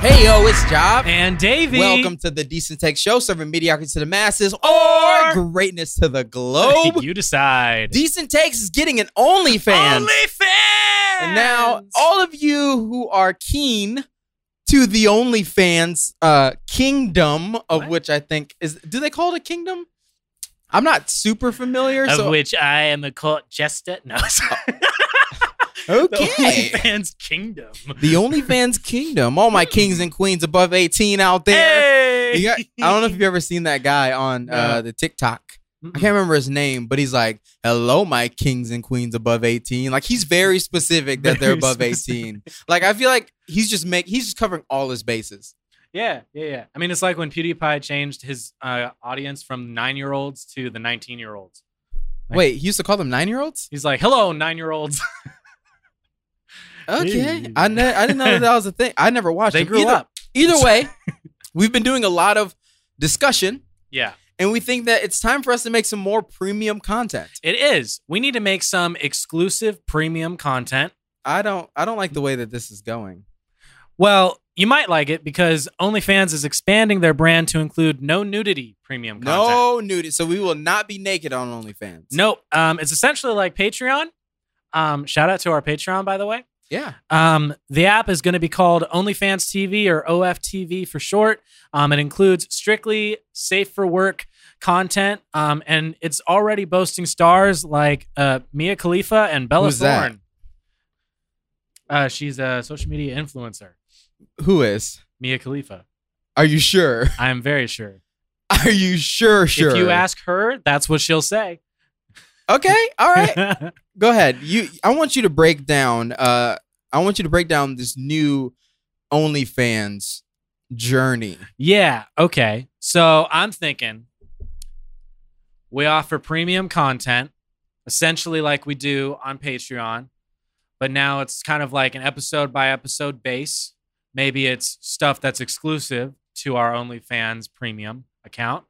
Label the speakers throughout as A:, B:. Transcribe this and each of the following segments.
A: Hey yo, it's Job.
B: And Davey.
A: Welcome to the Decent Tech Show, serving mediocrity to the masses or greatness to the globe.
B: you decide.
A: Decent Takes is getting an OnlyFans.
B: OnlyFans.
A: And now, all of you who are keen to the OnlyFans uh, kingdom, of
B: What?
A: which I think is, do they call it a kingdom? I'm not super familiar.
B: of
A: so
B: which I am a court jester. No, sorry.
A: okay,
B: the OnlyFans kingdom.
A: the OnlyFans kingdom. All my kings and queens above 18 out there.
B: Hey.
A: You got- I don't know if you've ever seen that guy on uh,
B: No.
A: the TikTok. I
B: Mm-mm.
A: can't remember his name, but he's like, "Hello, my kings and queens above 18." Like he's very specific that they're
B: Very
A: above
B: specific.
A: 18. Like I feel like he's just make he's just covering all his bases.
B: Yeah, yeah, yeah. I mean, it's like when PewDiePie changed his uh, audience from nine-year-olds to the nineteen-year-olds. Like-
A: Wait, he used to call them nine year olds?
B: He's like, "Hello, nine-year-olds."
A: Okay.
B: Hey.
A: I, ne- I didn't know that, that was a thing. I never watched
B: they
A: them.
B: grew
A: either,
B: up.
A: Either way, we've been doing a lot of discussion
B: Yeah.
A: and we think that it's time for us to make some more premium content.
B: It is. We need to make some exclusive premium content.
A: I don't I don't like the way that this is going.
B: Well, you might like it because OnlyFans is expanding their brand to include no nudity premium content.
A: No nudity. So we will not be naked on OnlyFans.
B: No. Um, it's essentially like Patreon. Um, shout out to our Patreon, by the way.
A: Yeah.
B: Um, the app is going to be called OnlyFans TV or OFTV for short. Um, it includes strictly safe for work content, um, and it's already boasting stars like uh, Mia Khalifa and Bella
A: Who's that?
B: Thorne. Uh, she's a social media influencer,
A: Who is?
B: Mia Khalifa.
A: Are you sure?
B: I am very sure.
A: Are you sure? Sure.
B: If you ask her, that's what she'll say.
A: Okay. All right. Go ahead. You. I want you to break down. Uh, I want you to break down this new OnlyFans journey.
B: Yeah. Okay. So I'm thinking we offer premium content, essentially like we do on Patreon, but now it's kind of like an episode by episode base. Maybe it's stuff that's exclusive to our OnlyFans premium account,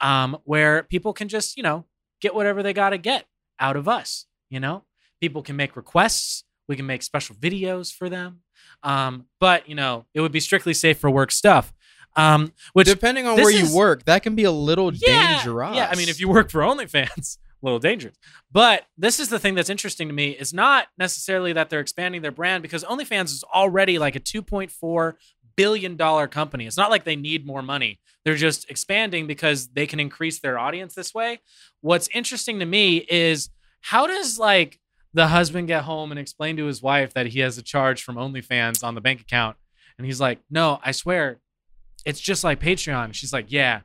B: um, where people can just, you know, get whatever they got to get out of us. You know, people can make requests, we can make special videos for them. Um, but, you know, it would be strictly safe for work stuff. Um, which
A: Depending on
B: this
A: where
B: is-
A: you work, that can be a little
B: yeah,
A: dangerous.
B: Yeah, I mean, if you work for OnlyFans, a little dangerous. But this is the thing that's interesting to me is not necessarily that they're expanding their brand because OnlyFans is already like a 2.4 billion dollar company. It's not like they need more money. They're just expanding because they can increase their audience this way. What's interesting to me is how does like the husband get home and explain to his wife that he has a charge from OnlyFans on the bank account? And he's like, "No, I swear, it's just like Patreon." She's like, "Yeah,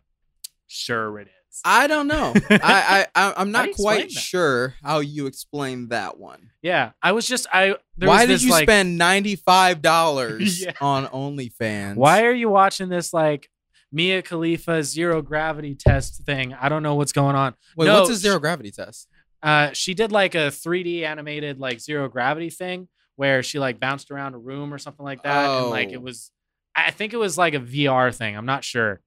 B: sure it is."
A: I don't know. I, I I- I'm
B: do
A: not
B: you
A: quite
B: explain that?
A: sure how you explain that one.
B: Yeah, I was just I. There
A: Why
B: was
A: did
B: this,
A: you
B: like,
A: spend ninety five dollars
B: Yeah.
A: on OnlyFans?
B: Why are you watching this like Mia Khalifa zero gravity test thing? I don't know what's going on.
A: Wait,
B: No,
A: what's a zero gravity test?
B: Uh, she did like a 3D animated like zero gravity thing where she like bounced around a room or something like that, and like
A: Oh.
B: it was, I think it was like a VR thing. I'm not sure,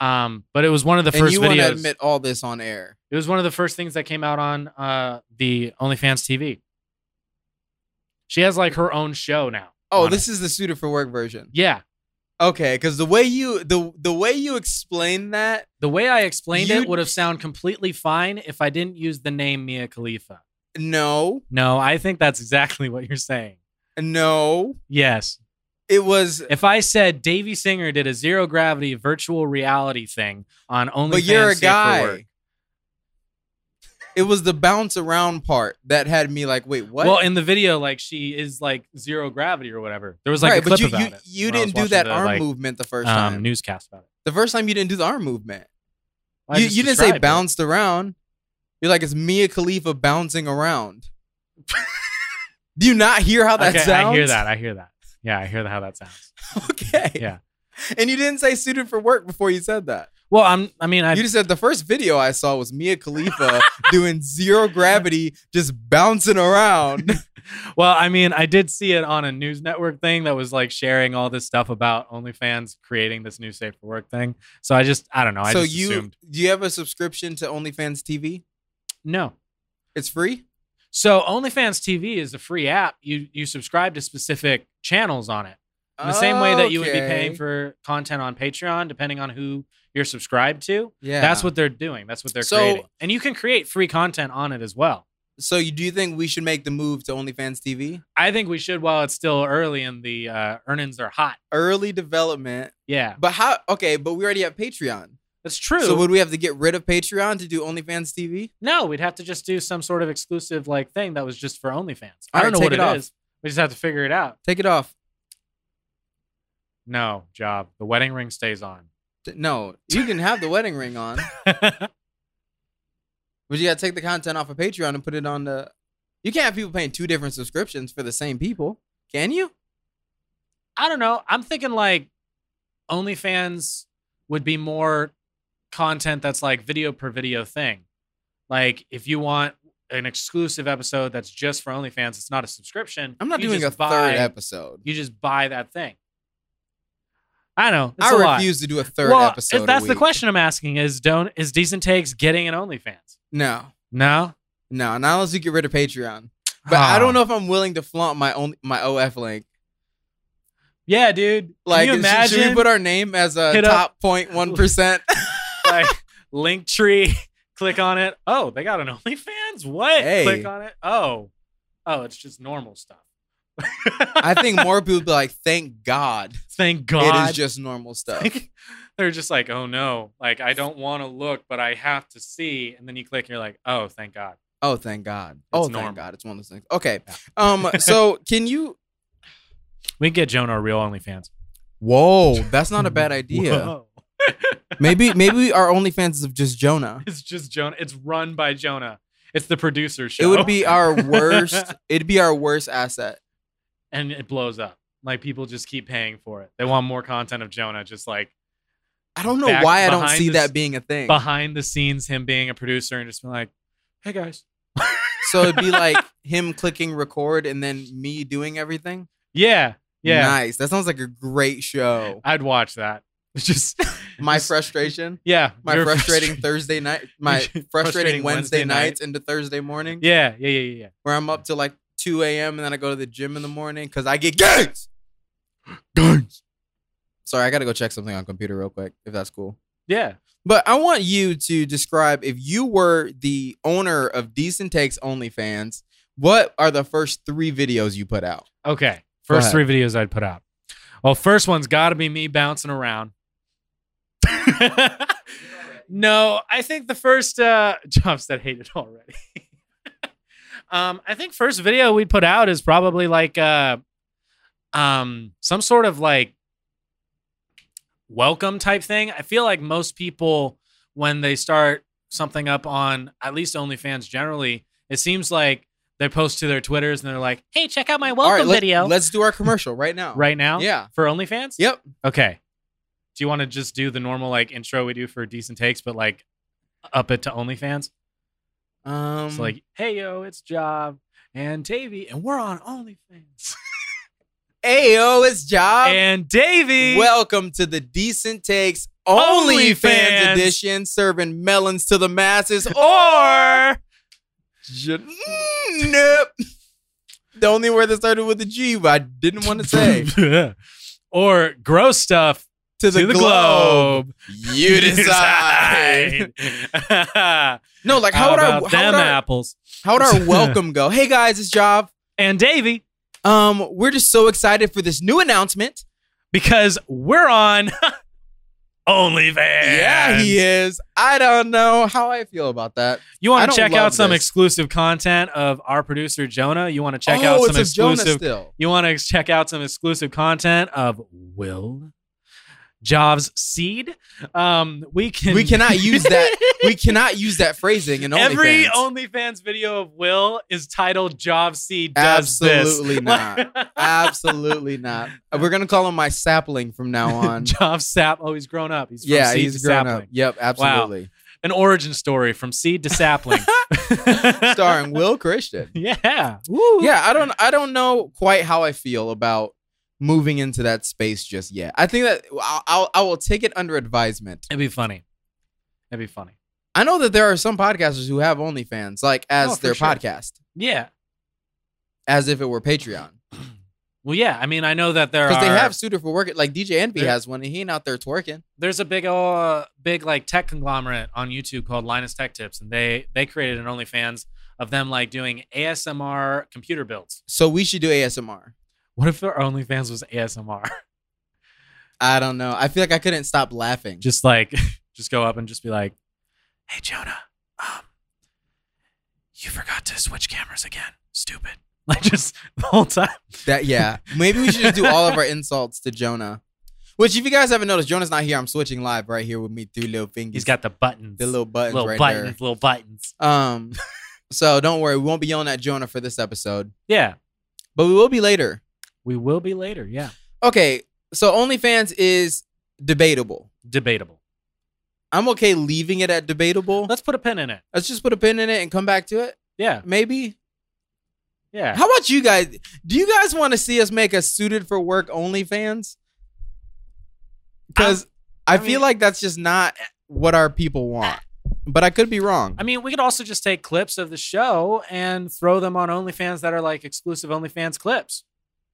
B: um, but it was one of the
A: and
B: first
A: you want to
B: videos.
A: admit all this on air?
B: it was one of the first things that came out on uh, the OnlyFans TV. She has like her own show now.
A: Oh,
B: on
A: this
B: it.
A: is the suited for work version.
B: yeah.
A: Okay, because the way you the the way you explain that,
B: The way I explained
A: You-
B: it would have sound completely fine if I didn't use the name Mia Khalifa.
A: no,
B: No, I think that's exactly what you're saying.
A: no,
B: Yes.
A: it was.
B: If I said Davy Singer did a zero gravity virtual reality thing on OnlyFans,
A: But you're a
B: Safe for
A: guy.
B: Work-
A: It was the bounce around part that had me like, wait, what?
B: Well, in the video, like she is like zero gravity or whatever. There was like
A: right,
B: a clip
A: but you
B: about
A: you,
B: it.
A: you
B: when I was
A: didn't do
B: watching
A: that
B: the,
A: arm
B: like,
A: movement the first
B: um,
A: time.
B: newscast about it.
A: the first time you didn't do the arm movement.
B: Well, I
A: you
B: just
A: you didn't say
B: described it.
A: bounced around. You're like it's Mia Khalifa bouncing around. do you not hear how that
B: okay,
A: sounds?
B: I hear that. I hear that. Yeah, I hear how that sounds.
A: okay.
B: Yeah.
A: And you didn't say suited for work before you said that.
B: Well, I'm. I mean, I
A: You just said the first video I saw was Mia Khalifa doing zero gravity, just bouncing around.
B: Well, I mean, I did see it on a news network thing that was like sharing all this stuff about OnlyFans creating this new safe for work thing. So I just, I don't know. I
A: so
B: just
A: you
B: assumed
A: do you have a subscription to OnlyFans TV?
B: no.
A: It's free.
B: So OnlyFans TV is a free app. You you subscribe to specific channels on it. In the same way that you would be paying
A: Okay.
B: for content on Patreon, depending on who you're subscribed to.
A: Yeah.
B: That's what they're doing. That's what they're
A: So-
B: creating. And you can create free content on it as well.
A: So you do you think we should make the move to OnlyFans TV?
B: I think we should while it's still early and the uh, earnings are hot.
A: Early development.
B: Yeah,
A: But how okay, but we already have Patreon.
B: that's true.
A: So would we have to get rid of Patreon to do OnlyFans TV?
B: no, we'd have to just do some sort of exclusive like thing that was just for OnlyFans. I
A: All
B: don't
A: right,
B: know what
A: take
B: it is.
A: it off.
B: We just have to figure it out.
A: Take it off.
B: No, job. The wedding ring stays on.
A: T- No, you can have the wedding ring on, but you gotta take the content off of Patreon and put it on the. You can't have people paying two different subscriptions for the same people, can you?
B: I don't know. I'm thinking like OnlyFans would be more content that's like video per video thing. Like if you want an exclusive episode that's just for OnlyFans, it's not a subscription.
A: I'm not
B: you
A: doing a
B: just
A: third
B: buy-
A: episode.
B: You just buy that thing. I don't know. It's a
A: I
B: lot.
A: refuse to do a third
B: well,
A: episode. a
B: If that's the
A: week.
B: question I'm asking is don't is decent takes getting an OnlyFans?
A: No,
B: No.
A: no, not unless you get rid of Patreon. But I
B: Ah.
A: don't know if I'm willing to flaunt my own my OF link.
B: Yeah, dude.
A: Like,
B: Like, Can you
A: is- should-
B: imagine
A: should we put our name as a
B: Hit
A: top 0.1 percent?
B: like link tree? Click on it. Oh, they got an OnlyFans. What?
A: Hey.
B: Click on it. Oh, oh, it's just normal stuff.
A: I think more people would be like, "Thank God,
B: Thank God.
A: it is just normal stuff."
B: Like, they're just like, oh no, like I don't want to look, but I have to see. And then you click, and you're like, oh, thank God.
A: Oh, thank God. oh,
B: normal.
A: thank God. It's one of those things. Okay.
B: Yeah.
A: Um. So can you?
B: We can get Jonah a real OnlyFans.
A: Whoa, that's not a bad idea.
B: Whoa.
A: maybe maybe our OnlyFans is of just Jonah.
B: It's just Jonah. It's run by Jonah. It's the producer show.
A: It would be our worst. it'd be our worst asset.
B: and it blows up. Like people just keep paying for it. They want more content of Jonah, just like
A: I don't know
B: Back
A: why I don't
B: behind
A: see
B: this-
A: that being a thing.
B: behind the scenes, him being a producer and just being like, "Hey guys,
A: So it'd be like him clicking record and then me doing everything.
B: yeah, yeah,
A: Nice. That sounds like a great show.
B: I'd watch that." It's just
A: My
B: just-
A: frustration.
B: yeah,
A: My
B: you're
A: frustrating
B: frustrated.
A: Thursday night, my frustrating,
B: Frustrating Wednesday
A: Wednesday,
B: night.
A: nights into Thursday morning,
B: Yeah, yeah, yeah, yeah, yeah.
A: where I'm up to like 2 a.m. and then I go to the gym in the morning because I get gains.
B: Guns.
A: Sorry, I got to go check something on computer real quick if that's cool.
B: Yeah.
A: But I want you to describe if you were the owner of Decent Takes OnlyFans, what are the first three videos you put out?
B: Okay.
A: Go
B: First three
A: ahead.
B: videos I'd put out. Well, first one's got to be me bouncing around. no, I think the first uh, jobs that hated already. um, I think first video we put out is probably like uh, um, some sort of like welcome type thing. I feel like most people when they start something up on at least OnlyFans generally, it seems like they post to their Twitters and they're like, "Hey, check out my welcome
A: let,
B: video."
A: Let's do our commercial right now.
B: right now
A: Yeah.
B: for OnlyFans?
A: Yep.
B: Okay. Do you want to just do the normal like intro we do for decent takes, but like up it to OnlyFans?
A: Um,
B: It's like, hey yo, it's Job and Davey, and we're on OnlyFans.
A: Ayo, it's Job.
B: and Davey,
A: Welcome to the Decent Takes
B: Only
A: OnlyFans
B: fans.
A: edition, serving melons to the masses. Or
B: or
A: Mm, nope. The only word that started with a G, but I didn't want to say
B: or gross stuff
A: to
B: to
A: the,
B: the
A: globe.
B: globe.
A: You decide.
B: decide.
A: No, like how,
B: How
A: would our
B: about
A: how
B: them
A: would our,
B: apples
A: how would our welcome go? Hey guys, it's Job.
B: and Davey
A: Um, we're just so excited for this new announcement.
B: because we're on OnlyFans.
A: Yeah, he is. I don't know how I feel about that.
B: You
A: I
B: want
A: don't
B: to check
A: love
B: out some
A: this.
B: exclusive content of our producer Jonah. You want to check
A: oh,
B: out
A: it's
B: some
A: a Jonas
B: exclusive.
A: still.
B: You want to check out some exclusive content of Will Jobs Seed. Um, we can.
A: We cannot use that. we cannot use that phrasing in
B: Every
A: OnlyFans.
B: OnlyFans video of Will is titled "Job Seed does
A: Absolutely
B: this."
A: not. Absolutely not. Uh, We're gonna call him my sapling from now on.
B: Job Sap. Oh, he's grown up. He's from
A: yeah,
B: seed
A: he's
B: to
A: grown
B: sapling.
A: up. Yep, absolutely.
B: An origin story from seed to sapling.
A: Starring Will Christian.
B: Yeah. Woo.
A: yeah i don't i don't know quite how i feel about moving into that space just yet i think that I'll, I'll i will take it under advisement
B: It'd be funny. It'd be funny.
A: i know that there are some podcasters who have onlyfans like as
B: Oh, for
A: their
B: sure.
A: podcast
B: Yeah.
A: as if it were patreon
B: Well, yeah. I mean, I know that there are.
A: Because they have suitor for work. Like DJ Envy
B: There-
A: has one, and he ain't out there twerking.
B: There's a big, uh, big like tech conglomerate on YouTube called Linus Tech Tips, and they they created an OnlyFans of them like doing ASMR computer builds.
A: So we should do ASMR.
B: What if their OnlyFans was ASMR?
A: I don't know. I feel like I couldn't stop laughing.
B: just like just go up and just be like, "Hey Jonah, um, you forgot to switch cameras again. Stupid." Like just the whole time.
A: that yeah. Maybe we should just do all of our insults to Jonah. Which, if you guys haven't noticed, Jonah's not here. I'm switching live right here with me three little fingers.
B: He's got the buttons,
A: the little buttons
B: little
A: right
B: buttons, little buttons.
A: there. Um, so don't worry, we won't be yelling at Jonah for this episode,
B: Yeah,
A: but we will be later.
B: we will be later. Yeah,
A: Okay, so OnlyFans is debatable.
B: debatable.
A: I'm okay leaving it at debatable. Let's,
B: Let's put a pin in it.
A: just put a pin in it and come back to it,
B: Yeah,
A: maybe.
B: yeah.
A: How about you guys? Do you guys want to see us make a suited for work OnlyFans? Because I,
B: I
A: feel
B: mean-
A: like that's just not what our people want. But I could be wrong.
B: I mean, we could also just take clips of the show and throw them on OnlyFans that are like exclusive OnlyFans clips.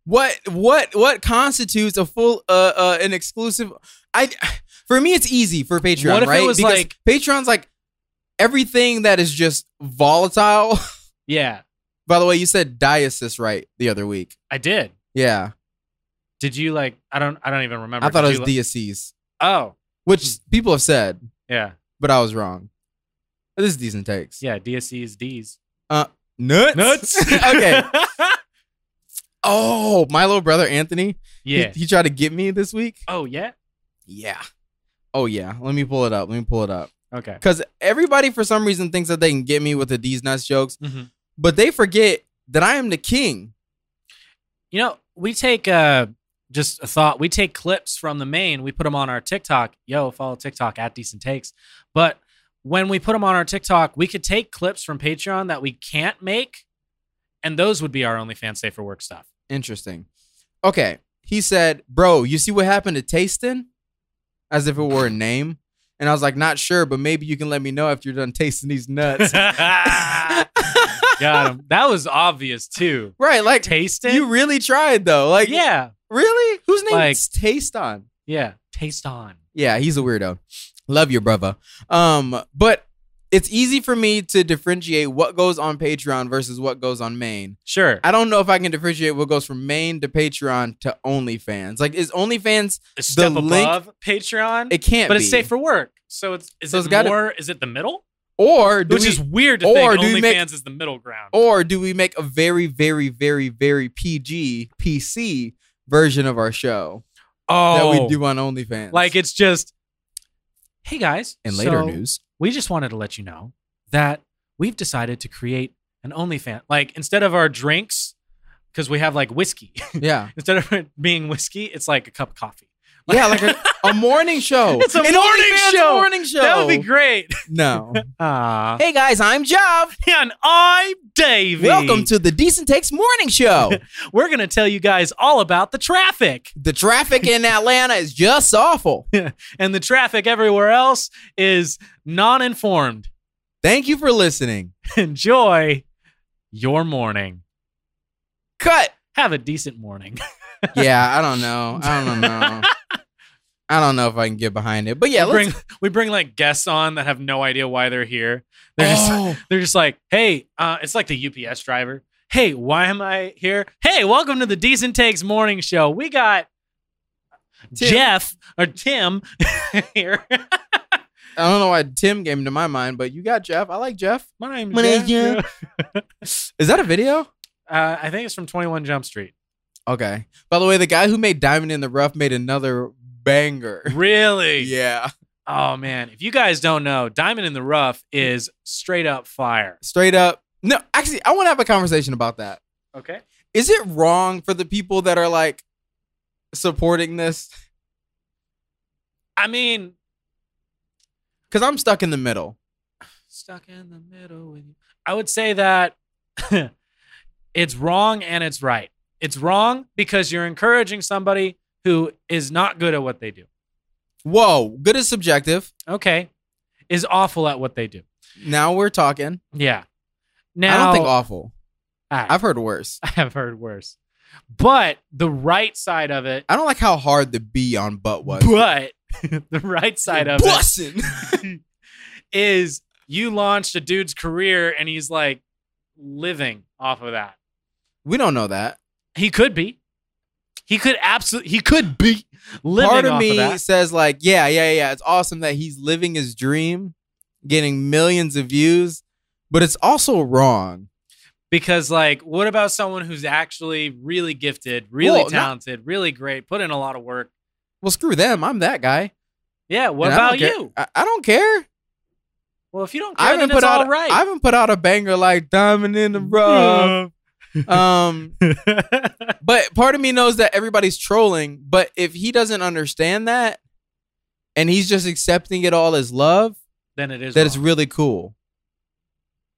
A: what what what constitutes a full uh, uh an exclusive i for me it's easy for patreon
B: What if it
A: right
B: was
A: because
B: like-
A: patreon's like everything that is just volatile
B: Yeah,
A: by the way you said diocese right the other week
B: I did.
A: yeah
B: Did you like? I don't. I don't even remember.
A: i thought it
B: Did
A: was
B: you li-
A: diocese
B: Oh,
A: which people have said
B: yeah,
A: but i was wrong this is decent takes
B: yeah. DSC's D's.
A: nuts okay
B: yeah.
A: oh my little brother anthony he- he tried to get me this week
B: oh yeah.
A: yeah oh yeah let me pull it up let me pull it up
B: Okay.
A: Because everybody, for some reason, thinks that they can get me with the D's nuts jokes, but they forget that I am the king.
B: You know, we take uh just a thought. We take clips from the main. We put them on our TikTok. Yo, follow TikTok at Decent Takes. But when we put them on our TikTok, we could take clips from Patreon that we can't make, and those would be our OnlyFans safe for work stuff.
A: Interesting. Okay. He said, Bro, you see what happened to Tasting? As if it were a name. And I was like, Not sure, but maybe you can let me know if you're done tasting these nuts.
B: Got him. That was obvious too.
A: right. Like,
B: Taste it.
A: you really tried, though. Like,
B: yeah.
A: Really? Whose name
B: Like-
A: is Taste on?
B: Yeah. Taste on.
A: Yeah, he's a weirdo. Love your brother. Um, but it's easy for me to differentiate what goes on Patreon versus what goes on Maine.
B: Sure.
A: I don't know if I can differentiate what goes from Maine to Patreon to OnlyFans. Like, is OnlyFans?
B: A step
A: link-
B: above Patreon.
A: It can't
B: but
A: be.
B: it's safe for work. So it's is
A: So
B: it
A: it's gotta-
B: more? Is it the middle?
A: Or do
B: Which
A: we,
B: is weird to
A: or
B: think
A: do we
B: OnlyFans
A: make- Oh,
B: is the middle ground.
A: or do we make a very, very, very, very PG PC version of our show that we do on OnlyFans?
B: Oh. like it's just. Hey guys,
A: in later
B: so
A: news,
B: we just wanted to let you know that we've decided to create an OnlyFans. Like instead of our drinks, because we have like whiskey.
A: yeah,
B: instead of it being whiskey, it's like a cup of coffee.
A: yeah, like a, a morning show.
B: It's a
A: An
B: morning
A: OnlyFans
B: show.
A: Morning show.
B: That would be great.
A: No.
B: Ah,
A: hey guys, I'm Jav.
B: and I'm Davey.
A: Welcome to the Decent Takes Morning Show.
B: We're gonna tell you guys all about the traffic.
A: the traffic in Atlanta is just awful.
B: and the traffic everywhere else is non informed.
A: Thank you for listening.
B: Enjoy your morning.
A: Cut.
B: Have a decent morning.
A: Yeah, I don't know. I don't know. I don't know if I can get behind it. But yeah,
B: we
A: let's
B: bring we bring like guests on that have no idea why they're here. They're just
A: Oh,
B: they're just like, hey, uh, it's like the UPS driver. Hey, why am I here? Hey, welcome to the Decent Takes Morning Show. We got
A: Tim.
B: Jeff or Tim here.
A: I don't know why Tim came to my mind, but you got Jeff. I like Jeff.
B: My name's
A: My name's Is that a video?
B: Uh, I think it's from Twenty One Jump Street.
A: Okay. By the way, the guy who made Diamond in the Rough made another banger.
B: Really?
A: Yeah.
B: Oh man, if you guys don't know, Diamond in the Rough is straight up fire.
A: Straight up. No, actually, I want to have a conversation about that.
B: Okay.
A: Is it wrong for the people that are like supporting this?
B: I mean,
A: Because I'm stuck in the middle.
B: stuck in the middle with you. I would say that it's wrong and it's right. It's wrong because you're encouraging somebody who is not good at what they do.
A: Whoa, good is subjective.
B: Okay. Is awful at what they do.
A: Now we're talking.
B: Yeah. Now
A: I don't think awful.
B: I,
A: I've heard worse.
B: I have heard worse. But the right side of it,
A: I don't like how hard the B on butt was.
B: but the right side of it
A: Bussin'.
B: is you launched a dude's career and he's like living off of that.
A: We don't know that.
B: He could be. He could absolutely. He could be living
A: Part of
B: off
A: me
B: of that.
A: says like, yeah, yeah, yeah. It's awesome that he's living his dream, getting millions of views, but it's also wrong.
B: Because, like, what about someone who's actually really gifted, really
A: Well, not-
B: talented, really great, put in a lot of work?
A: Well, screw them. I'm that guy.
B: Yeah. What
A: And I
B: about
A: don't care-
B: you?
A: I, I don't care.
B: Well, if you don't
A: I
B: care,
A: haven't
B: then
A: put
B: it's
A: out.
B: all right.
A: I haven't put out a banger like "Diamond in the Rough."
B: Mm.
A: um, but part of me knows that everybody's trolling. But if he doesn't understand that, and he's just accepting it all as love,
B: then it is.
A: that
B: wrong.
A: it's really cool.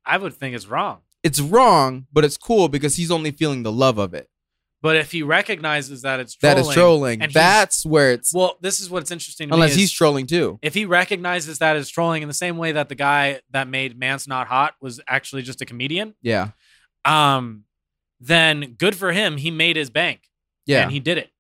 B: I would think it's wrong.
A: It's wrong, but it's cool because he's only feeling the love of it.
B: But if he recognizes that it's
A: That
B: trolling,
A: is trolling.
B: and he's-
A: That's where it's
B: Well, this is what's interesting. To
A: unless
B: me is
A: he's trolling too.
B: if he recognizes that as trolling in the same way that the guy that made Man's Not Hot was actually just a comedian,
A: Yeah,
B: um, then good for him. He made his bank
A: yeah.
B: and he did it.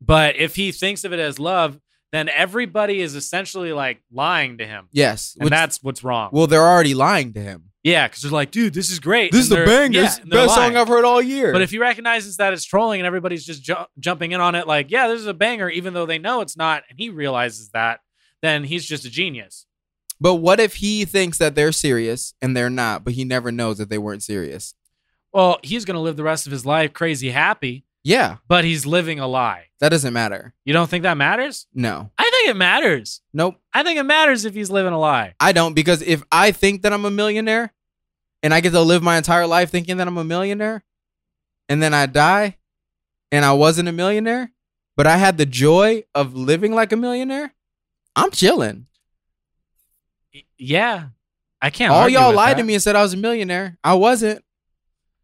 B: But if he thinks of it as love, then everybody is essentially like lying to him.
A: yes.
B: And
A: Which-
B: that's what's wrong.
A: well, they're already lying to him.
B: yeah, because they're like, dude, this is great.
A: This is
B: And
A: the
B: they're-
A: banger.
B: yeah,
A: This is the
B: and they're
A: best
B: lying.
A: song I've heard all year.
B: But if he recognizes that it's trolling and everybody's just ju- jumping in on it, like, yeah, this is a banger, even though they know it's not, and he realizes that, then he's just a genius.
A: But what if he thinks that they're serious and they're not, but he never knows that they weren't serious?
B: Well, he's going to live the rest of his life crazy happy,
A: Yeah,
B: but he's living a lie.
A: that doesn't matter.
B: You don't think that matters?
A: No.
B: I think it matters.
A: Nope.
B: I think it matters if he's living a lie.
A: I don't because if I think that I'm a millionaire and I get to live my entire life thinking that I'm a millionaire and then I die and I wasn't a millionaire, but I had the joy of living like a millionaire, I'm chilling.
B: Y- Yeah. I can't.
A: All
B: argue
A: y'all
B: with
A: lied
B: that.
A: to me and said I was a millionaire. I wasn't,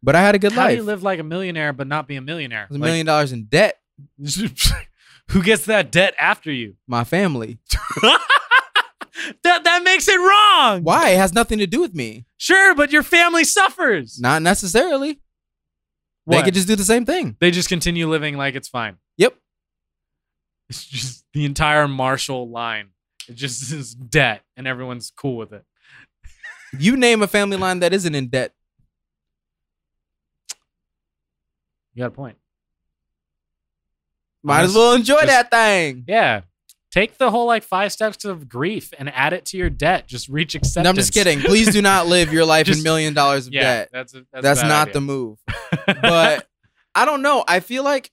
A: but I had a good
B: How do
A: life.
B: you live like a millionaire but not be a millionaire?
A: I was a million dollars in debt,
B: Like, who gets that debt after you?
A: my family.
B: that that makes it wrong.
A: Why? It has nothing to do with me.
B: Sure, but your family suffers.
A: Not necessarily. They
B: What?
A: could just do the same thing.
B: They just continue living like it's fine.
A: Yep.
B: It's just the entire Marshall line. It just is debt, and everyone's cool with it.
A: You name a family line that isn't in debt.
B: You got a point.
A: Might as
B: Honest-
A: well enjoy
B: just-
A: that thing.
B: Yeah. Take the whole like five steps of grief and add it to your debt. Just reach acceptance.
A: No, I'm just kidding. Please do not live your life in
B: Just-
A: million dollars of
B: yeah,
A: debt.
B: that's a, that's,
A: That's, not the move.
B: the.
A: But I don't know. I feel like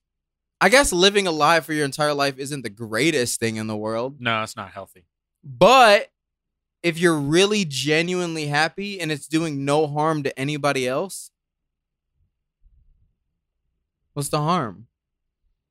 A: I guess living a lie for your entire life isn't the greatest thing in the world.
B: no, it's not healthy.
A: But if you're really genuinely happy and it's doing no harm to anybody else, what's the harm?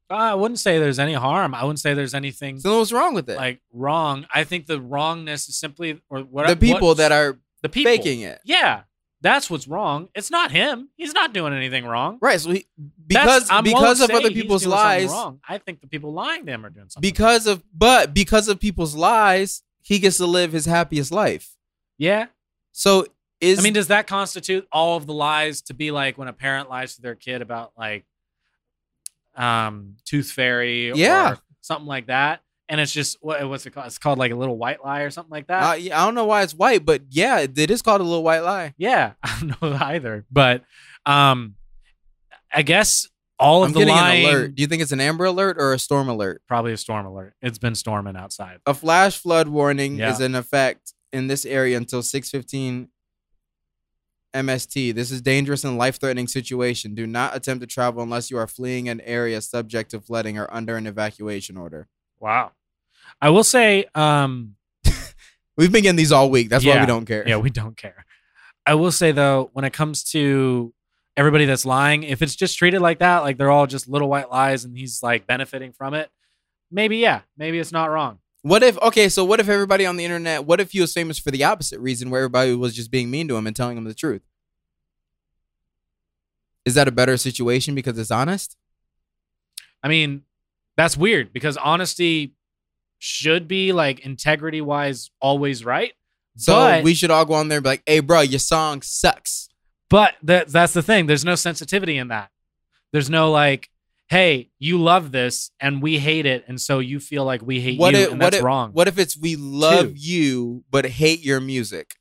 B: I wouldn't say there's any harm. I wouldn't say there's anything
A: So what's wrong with it?
B: like wrong. I think the wrongness is simply or what
A: the people
B: what's-
A: that are
B: the people
A: faking it.
B: Yeah, that's what's wrong. It's not him. He's not doing anything wrong.
A: Right. So he,
B: That's-
A: because
B: I won't
A: because of
B: say
A: other
B: he's
A: people's
B: doing something
A: lies,
B: wrong. I think the people lying to him are doing something.
A: because of but because of people's lies, he gets to live his happiest life.
B: yeah,
A: So is
B: I mean, does that constitute all of the lies to be like when a parent lies to their kid about like, um, tooth fairy,
A: Yeah.
B: or something like that? And it's just what what's it called? It's called like a little white lie or something like that.
A: I, I don't know why it's white, but yeah, it it is called a little white lie.
B: Yeah, I don't know either, but um, I guess all of
A: I'm
B: Oh, the
A: getting
B: lying.
A: an alert. Do you think it's an amber alert or a storm alert?
B: Probably a storm alert. It's been storming outside.
A: A flash flood warning
B: Yeah.
A: is in effect in this area until 6:15 MST. This is dangerous and life-threatening situation. Do not attempt to travel unless you are fleeing an area subject to flooding or under an evacuation order.
B: Wow. I will say, um,
A: We've been getting these all week. That's why
B: Yeah.
A: we don't care.
B: yeah, we don't care. I will say though, when it comes to everybody that's lying, if it's just treated like that, like they're all just little white lies and he's like benefiting from it, maybe yeah, maybe it's not wrong.
A: What if okay, so what if everybody on the internet, what if he was famous for the opposite reason where everybody was just being mean to him and telling him the truth? Is that a better situation because it's honest?
B: I mean, that's weird because honesty should be like integrity wise always right.
A: So
B: But-
A: we should all go on there and be like, hey bro, your song sucks.
B: But that that's the thing. There's no sensitivity in that. There's no like, hey, you love this and we hate it, and so you feel like we hate
A: What
B: you,
A: if-
B: and
A: what
B: that's
A: if-
B: wrong.
A: What if it's we love
B: Two.
A: you but hate your music?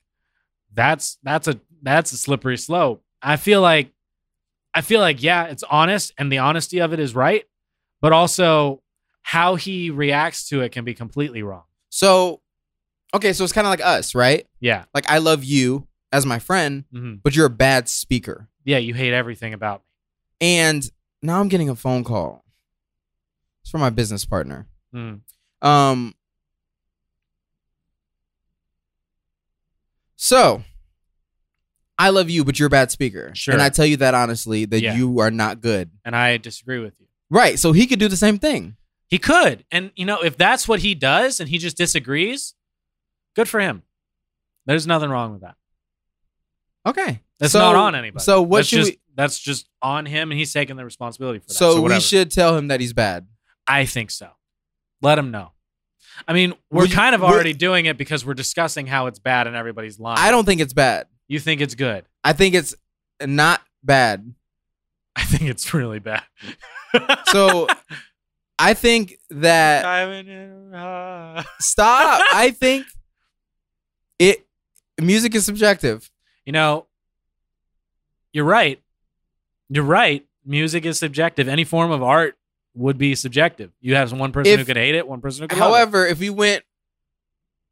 B: that's that's a that's a slippery slope. I feel like I feel like yeah, it's honest and the honesty of it is right, but also how he reacts to it can be completely wrong.
A: So, okay, so it's kind of like us, right?
B: Yeah.
A: Like I love you as my friend,
B: hmm
A: but you're a bad speaker.
B: Yeah, you hate everything about me.
A: And now I'm getting a phone call. It's from my business partner.
B: Mm.
A: Um. So, I love you, but you're a bad speaker.
B: Sure.
A: And I tell you that honestly, that
B: Yeah.
A: you are not good.
B: And I disagree with you.
A: Right. So he could do the same thing.
B: He could. And you know, if that's what he does and he just disagrees, good for him. There's nothing wrong with that.
A: Okay.
B: That's
A: so,
B: not on anybody.
A: So what
B: that's
A: should
B: just,
A: we?
B: that's just on him and he's taking the responsibility for that.
A: So, we
B: whatever.
A: should tell him that he's bad.
B: I think so. Let him know. I mean, we're
A: Would you-
B: kind of
A: would-
B: already doing it because we're discussing how it's bad and everybody's lying.
A: I don't think it's bad.
B: you think it's good.
A: I think it's not bad.
B: I think it's really bad.
A: So uh, I think that
B: Diamond in her-
A: stop. I think it music is subjective.
B: you know, you're right. You're right. Music is subjective. Any form of art would be subjective. You have one person who
A: If-
B: could hate it, one person who could love
A: However, if we went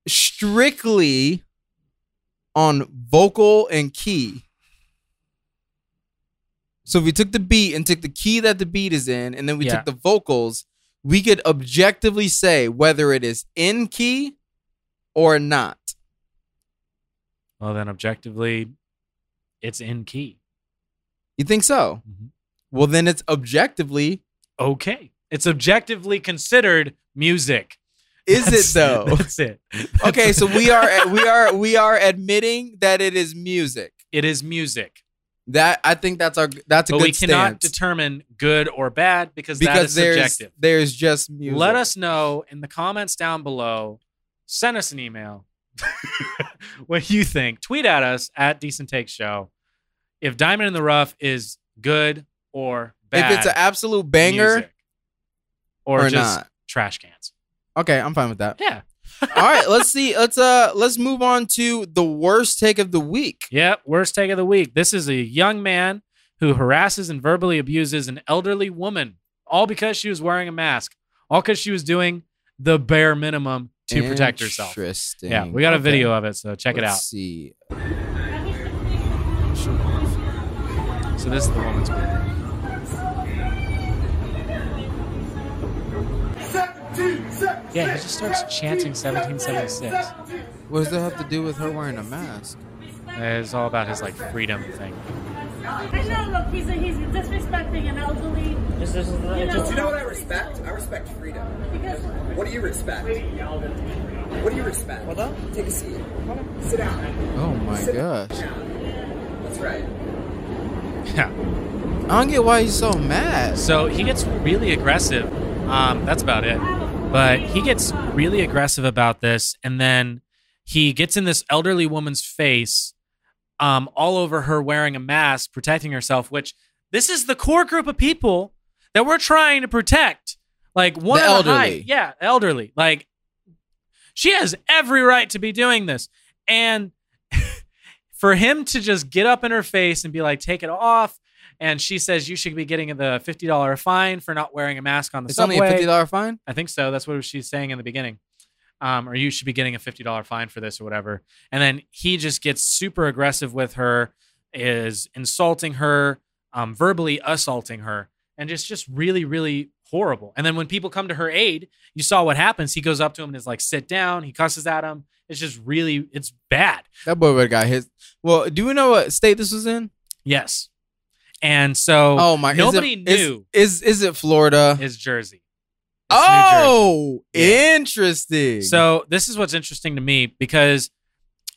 A: strictly on vocal and key, so if we took the beat and took the key that the beat is in, and then we
B: Yeah.
A: took the vocals, we could objectively say whether it is in key or not.
B: it. Well, then objectively, it's in key.
A: You think so?
B: Mhm.
A: Well, then it's objectively.
B: Okay. It's objectively considered music.
A: Is
B: That's-
A: it though?
B: That's it. That's
A: okay,
B: it.
A: so we are we are we are admitting that it is music.
B: it is music,
A: That I think that's our that's a
B: but
A: good
B: we cannot
A: stance.
B: determine good or bad because, that is
A: because there's
B: subjective.
A: there's just music.
B: Let us know in the comments down below. Send us an email. what you think? Tweet at us at Decent Take Show. If Diamond in the Rough is good or bad,
A: if it's an absolute banger
B: music. or,
A: or,
B: just
A: not.
B: trash cans.
A: Okay, I'm fine with that.
B: Yeah.
A: All right, let's see. Let's uh let's move on to the worst take of the week.
B: Yep, worst take of the week. This is a young man who harasses and verbally abuses an elderly woman, all because she was wearing a mask, all because she was doing the bare minimum to protect herself.
A: Interesting.
B: Yeah, we got a
A: Okay.
B: video of it, so check
A: let's See.
B: it out. So this is the woman's video. Yeah, he just starts chanting 1776.
A: What does that have to do with her wearing a mask?
B: It's all about his like freedom thing.
C: I know, look, he's, he's disrespecting an elderly. you know,
D: You know what I respect? I respect freedom.
C: Because
D: What do you respect? What do you respect? Hold up. Take a seat. Sit down.
A: Oh my gosh.
D: That's right.
B: Yeah.
A: I don't get why he's so mad.
B: So he gets really aggressive. Um, that's about it. But he gets really aggressive about this, and then he gets in this elderly woman's face, um, all over her wearing a mask, protecting herself. Which this is the core group of people that we're trying to protect. Like one
A: The
B: of
A: elderly.
B: high- yeah, elderly. Like she has every right to be doing this, and for him to just get up in her face and be like, "Take it off." and she says you should be getting the fifty dollar fine for not wearing a mask on the
A: It's
B: subway.
A: only a fifty dollar fine.
B: I think so. That's what she's saying in the beginning. Um, or you should be getting a fifty dollar fine for this or whatever. And then he just gets super aggressive with her, is insulting her, um, verbally assaulting her, and just just really really horrible. And then when people come to her aid, you saw what happens. He goes up to him and is like, "Sit down." He cusses at him. It's just really it's bad.
A: That boy would have got hit. Well, do we know what state this was in?
B: Yes. And so
A: Oh my! is it-
B: nobody
A: is-
B: knew
A: Is is it Florida?
B: is Jersey. It's
A: oh,
B: New Jersey.
A: interesting.
B: So this is what's interesting to me because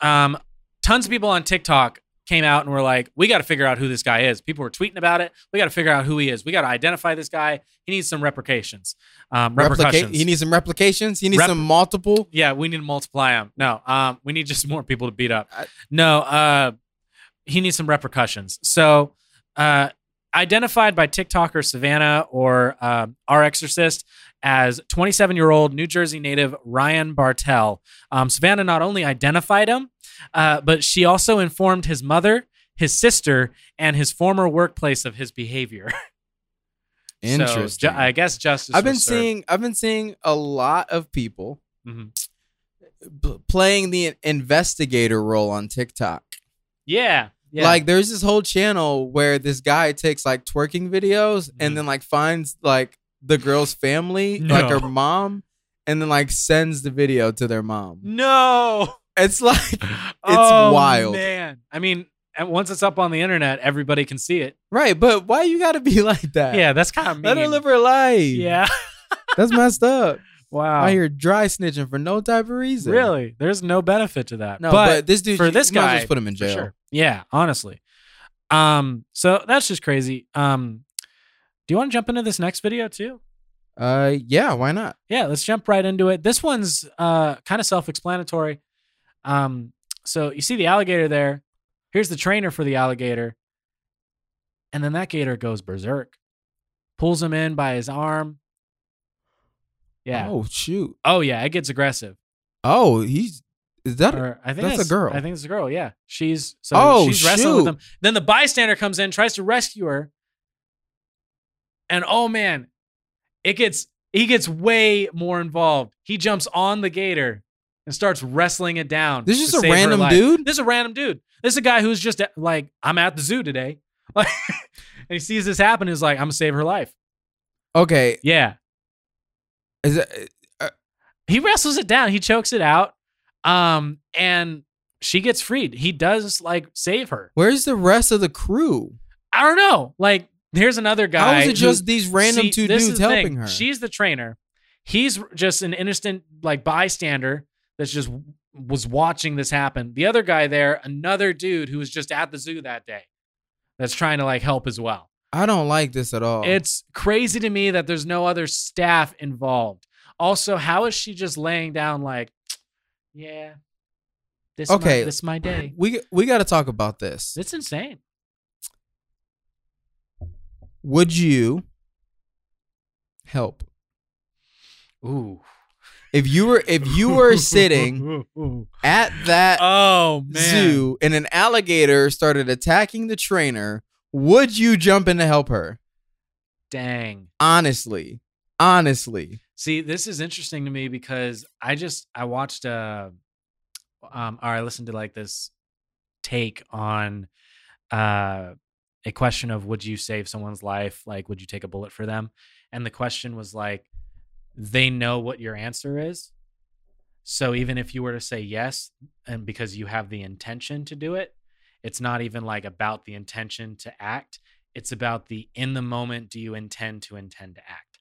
B: um, tons of people on TikTok came out and were like, "We got to figure out who this guy is." People were tweeting about it. We got to figure out who he is. We got to identify this guy. He needs some replications. Um,
A: Replicate.
B: repercussions.
A: He needs some replications. He needs
B: Rep-
A: some multiple.
B: yeah, we need to multiply him. No, um, we need just more people to beat up.
A: I-
B: No, uh, he needs some repercussions. So uh, identified by TikToker Savannah or um, our exorcist as 27 year old New Jersey native Ryan Bartell. Um, Savannah not only identified him, uh, but she also informed his mother, his sister, and his former workplace of his behavior. So, ju-
A: Interesting.
B: I guess justice.
A: I've been
B: was served.
A: seeing I've been seeing a lot of people
B: Mhm.
A: p- playing the investigator role on TikTok.
B: Yeah, yeah.
A: Like there's this whole channel where this guy takes like twerking videos
B: Mhm.
A: and then like finds like the girl's family, like
B: No.
A: her mom, and then like sends the video to their mom.
B: no.
A: It's like
B: Oh,
A: wild.
B: man. I mean, and once it's up on the internet, everybody can see it.
A: right, but why you gotta be like that?
B: Yeah, that's kind of mean.
A: Let her live her life.
B: Yeah.
A: That's messed up.
B: Wow.
A: I hear dry snitching for no type of reason.
B: Really? There's no benefit to that.
A: No, but, this dude
B: for
A: you
B: this
A: might as well
B: guy,
A: just put him in
B: for
A: jail.
B: sure. Yeah, honestly. Um, so that's just crazy. Um, do you want to jump into this next video too?
A: Uh, yeah, why not?
B: Yeah, let's jump right into it. This one's uh kind of self-explanatory. Um, so you see the alligator there. Here's the trainer for the alligator. And then that gator goes berserk. Pulls him in by his arm. Yeah. Oh,
A: Oh shoot.
B: yeah, it gets aggressive.
A: Oh, he's is that?
B: Or, I think
A: that's a
B: it's-
A: girl.
B: I think it's a girl. Yeah, she's so
A: Oh,
B: she's wrestling with
A: shoot.
B: him. Then the bystander comes in, tries to rescue her, and oh man, it gets he gets way more involved. He jumps on the gator and starts wrestling it down.
A: This
B: to
A: is just a
B: save her
A: random
B: life.
A: dude?
B: This is a random dude. This is a guy who's just at- like, I'm at the zoo today, like, and he sees this happen. He's like, I'm gonna save her life.
A: okay,
B: Yeah,
A: is that,
B: he wrestles it down he chokes it out um and she gets freed he does like save her
A: where's the rest of the crew?
B: i don't know like here's another guy
A: How is
B: who-
A: it just these random
B: See,
A: two
B: this is
A: dudes
B: the thing.
A: helping her?
B: she's the trainer he's just an innocent like bystander that's just was watching this happen the other guy there another dude who was just at the zoo that day that's trying to like help as well
A: I don't like this at all.
B: It's crazy to me that there's no other staff involved. Also, how is she just laying down like, yeah, this okay,
A: Okay.
B: my, this my day.
A: we we got to talk about this.
B: It's insane.
A: Would you help
B: Ooh,
A: if you were if you were sitting at that
B: Oh man,
A: zoo and an alligator started attacking the trainer? Would you jump in to help her?
B: dang.
A: Honestly, honestly,
B: See, this is interesting to me because I just I watched uh um or I listened to like this take on uh a question of would you save someone's life? Like would you take a bullet for them? And the question was like they know what your answer is. So even if you were to say yes and because you have the intention to do it, it's not even like about the intention to act. It's about the in the moment do you intend to intend to act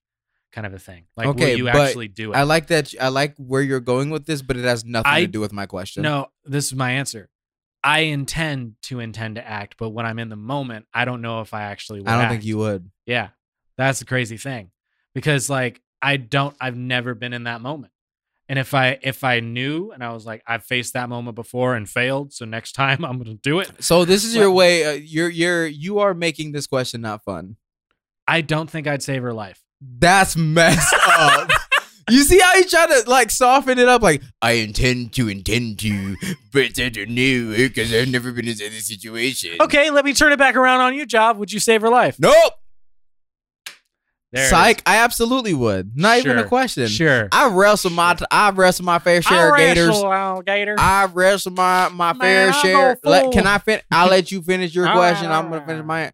B: kind of a thing. Like
A: Okay,
B: will you
A: but
B: actually do it?
A: I like that. I like where you're going with this, but it has nothing
B: I-
A: to do with my question.
B: No, this is my answer. I intend to intend to act, but when I'm in the moment, I don't know if I actually will.
A: I don't
B: act.
A: think you would.
B: Yeah. That's the crazy thing. Because like I don't I've never been in that moment. And if I if I knew and I was like I've faced that moment before and failed, so next time I'm going to do it.
A: So this is your
B: Well-
A: way. Uh, you're you're you are making this question not fun.
B: I don't think I'd save her life.
A: That's messed up. You see how he tried to like soften it up, like I intend to intend to, but I don't know because I've never been in this situation.
B: Okay, let me turn it back around on you, Job. Would you save her life?
A: Nope.
B: There it is.
A: Psych. I absolutely would. Not even
B: Sure.
A: a question.
B: Sure.
A: I wrestled my. I wrestled my fair share of gators.
B: wrestle uh, alligator.
A: I wrestled my my fair
B: Man, I
A: share.
B: go
A: Let-
B: full.
A: can I finish? I'll let you finish your
B: All right,
A: question.
B: all
A: I'm gonna
B: right.
A: finish my.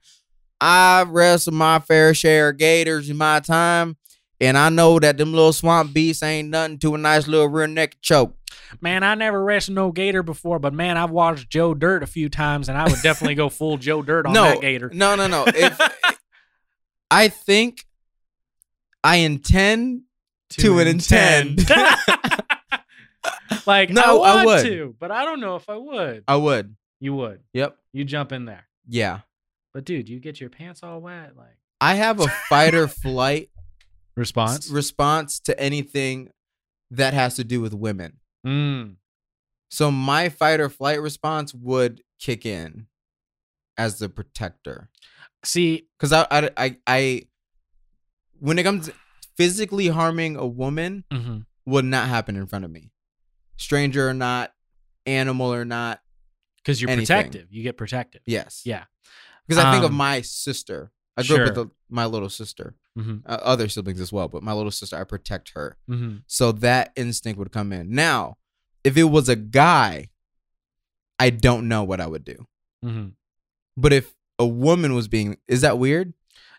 A: I wrestled my fair share of gators in my time, and I know that them little swamp beasts ain't nothing to a nice little rear neck choke.
B: Man, I never wrestled no gator before, but man, I've watched Joe Dirt a few times, and I would definitely go full Joe Dirt on
A: no,
B: that gator.
A: no, no, no. If I think I intend, to an intent.
B: like
A: No,
B: I
A: I
B: want
A: would.
B: to, but I don't know if I would.
A: I would.
B: You would.
A: Yep.
B: You jump in there,
A: Yeah.
B: but dude, you get your pants all wet. Like
A: I have a fight or flight
B: response.
A: response to anything that has to do with women.
B: Mm.
A: So my fight or flight response would kick in as the protector.
B: See,
A: Because I, I, I, I, when it comes to physically harming a woman,
B: mhm.
A: would not happen in front of me, stranger or not, animal or not.
B: Cause you're
A: Anything.
B: protective. You get protective.
A: Yes.
B: Yeah.
A: Because I think of
B: Um,
A: my sister. I grew up
B: sure.
A: with the, my little sister,
B: Mhm.
A: uh, other siblings as well, but my little sister, I protect her.
B: Mhm.
A: So that instinct would come in. Now, if it was a guy, I don't know what I would do.
B: Mhm.
A: But if a woman was being, is that weird?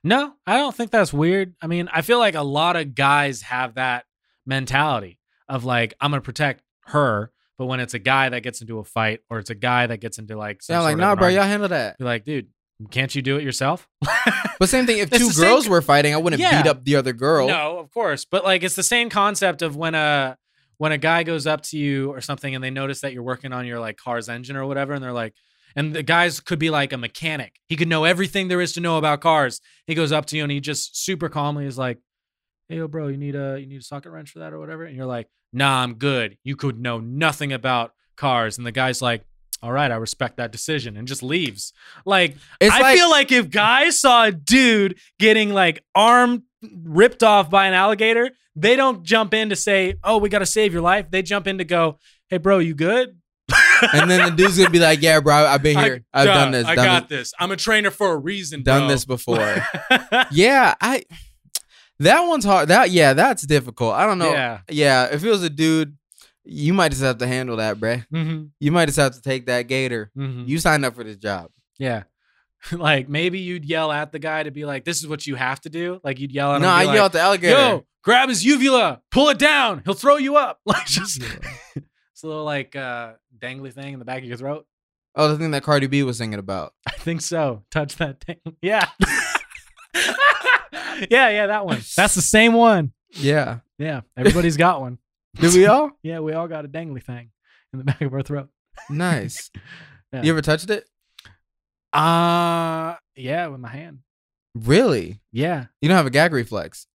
B: No, I don't think that's weird. I mean, I feel like a lot of guys have that mentality of like, I'm gonna protect her, but when it's a guy that gets into a fight or it's a guy that gets into like, some
A: Yeah, I'm like,
B: sort of
A: nah,
B: an
A: bro, y'all
B: argument,
A: handle that.
B: you're like, dude, can't you do it yourself?
A: But same thing, if
B: It's
A: two
B: the same
A: girls
B: co-
A: were fighting, I wouldn't
B: Yeah.
A: beat up the other girl.
B: No, of course, but like it's the same concept of when a when a guy goes up to you or something and they notice that you're working on your like car's engine or whatever, and they're like, and the guys could be like a mechanic. He could know everything there is to know about cars. He goes up to you and he just super calmly is like, "Hey, yo, bro, you need a you need a socket wrench for that or whatever," and you're like, "Nah, I'm good. You could know nothing about cars," and the guy's like. All right, I respect that decision and just leaves. Like
A: It's
B: I
A: like,
B: feel like if guys saw a dude getting like arm ripped off by an alligator, they don't jump in to say, "Oh, we got to save your life." They jump in to go, "Hey, bro, you good?"
A: and then the dude's gonna be like, yeah, bro, I- I've been here.
B: I,
A: I, have
B: duh,
A: done this,
B: I
A: done,
B: got this. I'm a trainer for a reason.
A: this, done
B: bro.
A: this before. yeah, I, that one's hard. That, yeah, that's difficult. I don't know. Yeah.
B: Yeah.
A: if it was a dude, you might just have to handle that, bruh.
B: hmm
A: You might just have to take that gator. You signed up for this job.
B: mm-hmm. Yeah. Like maybe you'd yell at the guy to be like, "This is what you have to do." Like you'd yell at him.
A: no,
B: and
A: I
B: be like,
A: yell at the alligator.
B: Yo, grab his uvula, pull it down. He'll throw you up. Like just it's a little like uh dangly thing in the back of your throat.
A: Oh, the thing that Cardi B was singing about.
B: I think so. Touch that thing. Yeah. yeah, yeah, that one. That's the same one.
A: Yeah.
B: Yeah, everybody's got one.
A: Did we all?
B: Yeah, we all got a dangly thing in the back of our throat.
A: Nice.
B: Yeah.
A: You ever touched it?
B: Uh yeah, with my hand.
A: Really?
B: Yeah.
A: You don't have a gag reflex.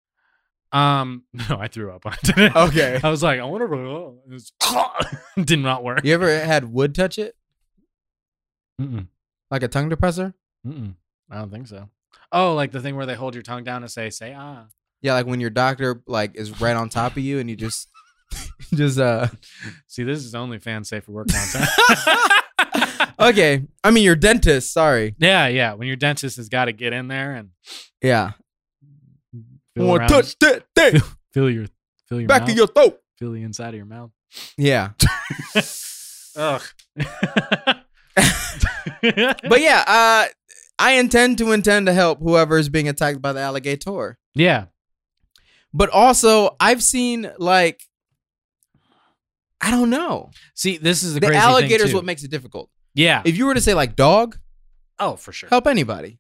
B: Um no, I threw up on it. today.
A: Okay.
B: I was like, I wonder what it was. did not work.
A: You ever had wood touch it?
B: Mm-mm,
A: Like a tongue depressor?
B: mm-mm. I don't think so. Oh, like the thing where they hold your tongue down and say, say ah.
A: Yeah, like when your doctor like is right on top of you and you just just uh
B: See, this is only fan safe for work content.
A: Okay. I mean your dentist, sorry.
B: Yeah, yeah. When your dentist has got to get in there and
A: Yeah.
B: feel,
A: Wanna
B: around,
A: touch that thing
B: feel your feel your
A: back
B: mouth,
A: of your throat.
B: feel the inside of your mouth.
A: Yeah.
B: Ugh.
A: But yeah, uh I intend to intend to help whoever is being attacked by the alligator.
B: yeah,
A: But also, I've seen like I don't know.
B: see, this is the,
A: The
B: crazy thing,
A: alligator is
B: too.
A: what makes it difficult.
B: yeah.
A: If you were to say like dog,
B: Oh, for sure.
A: help anybody.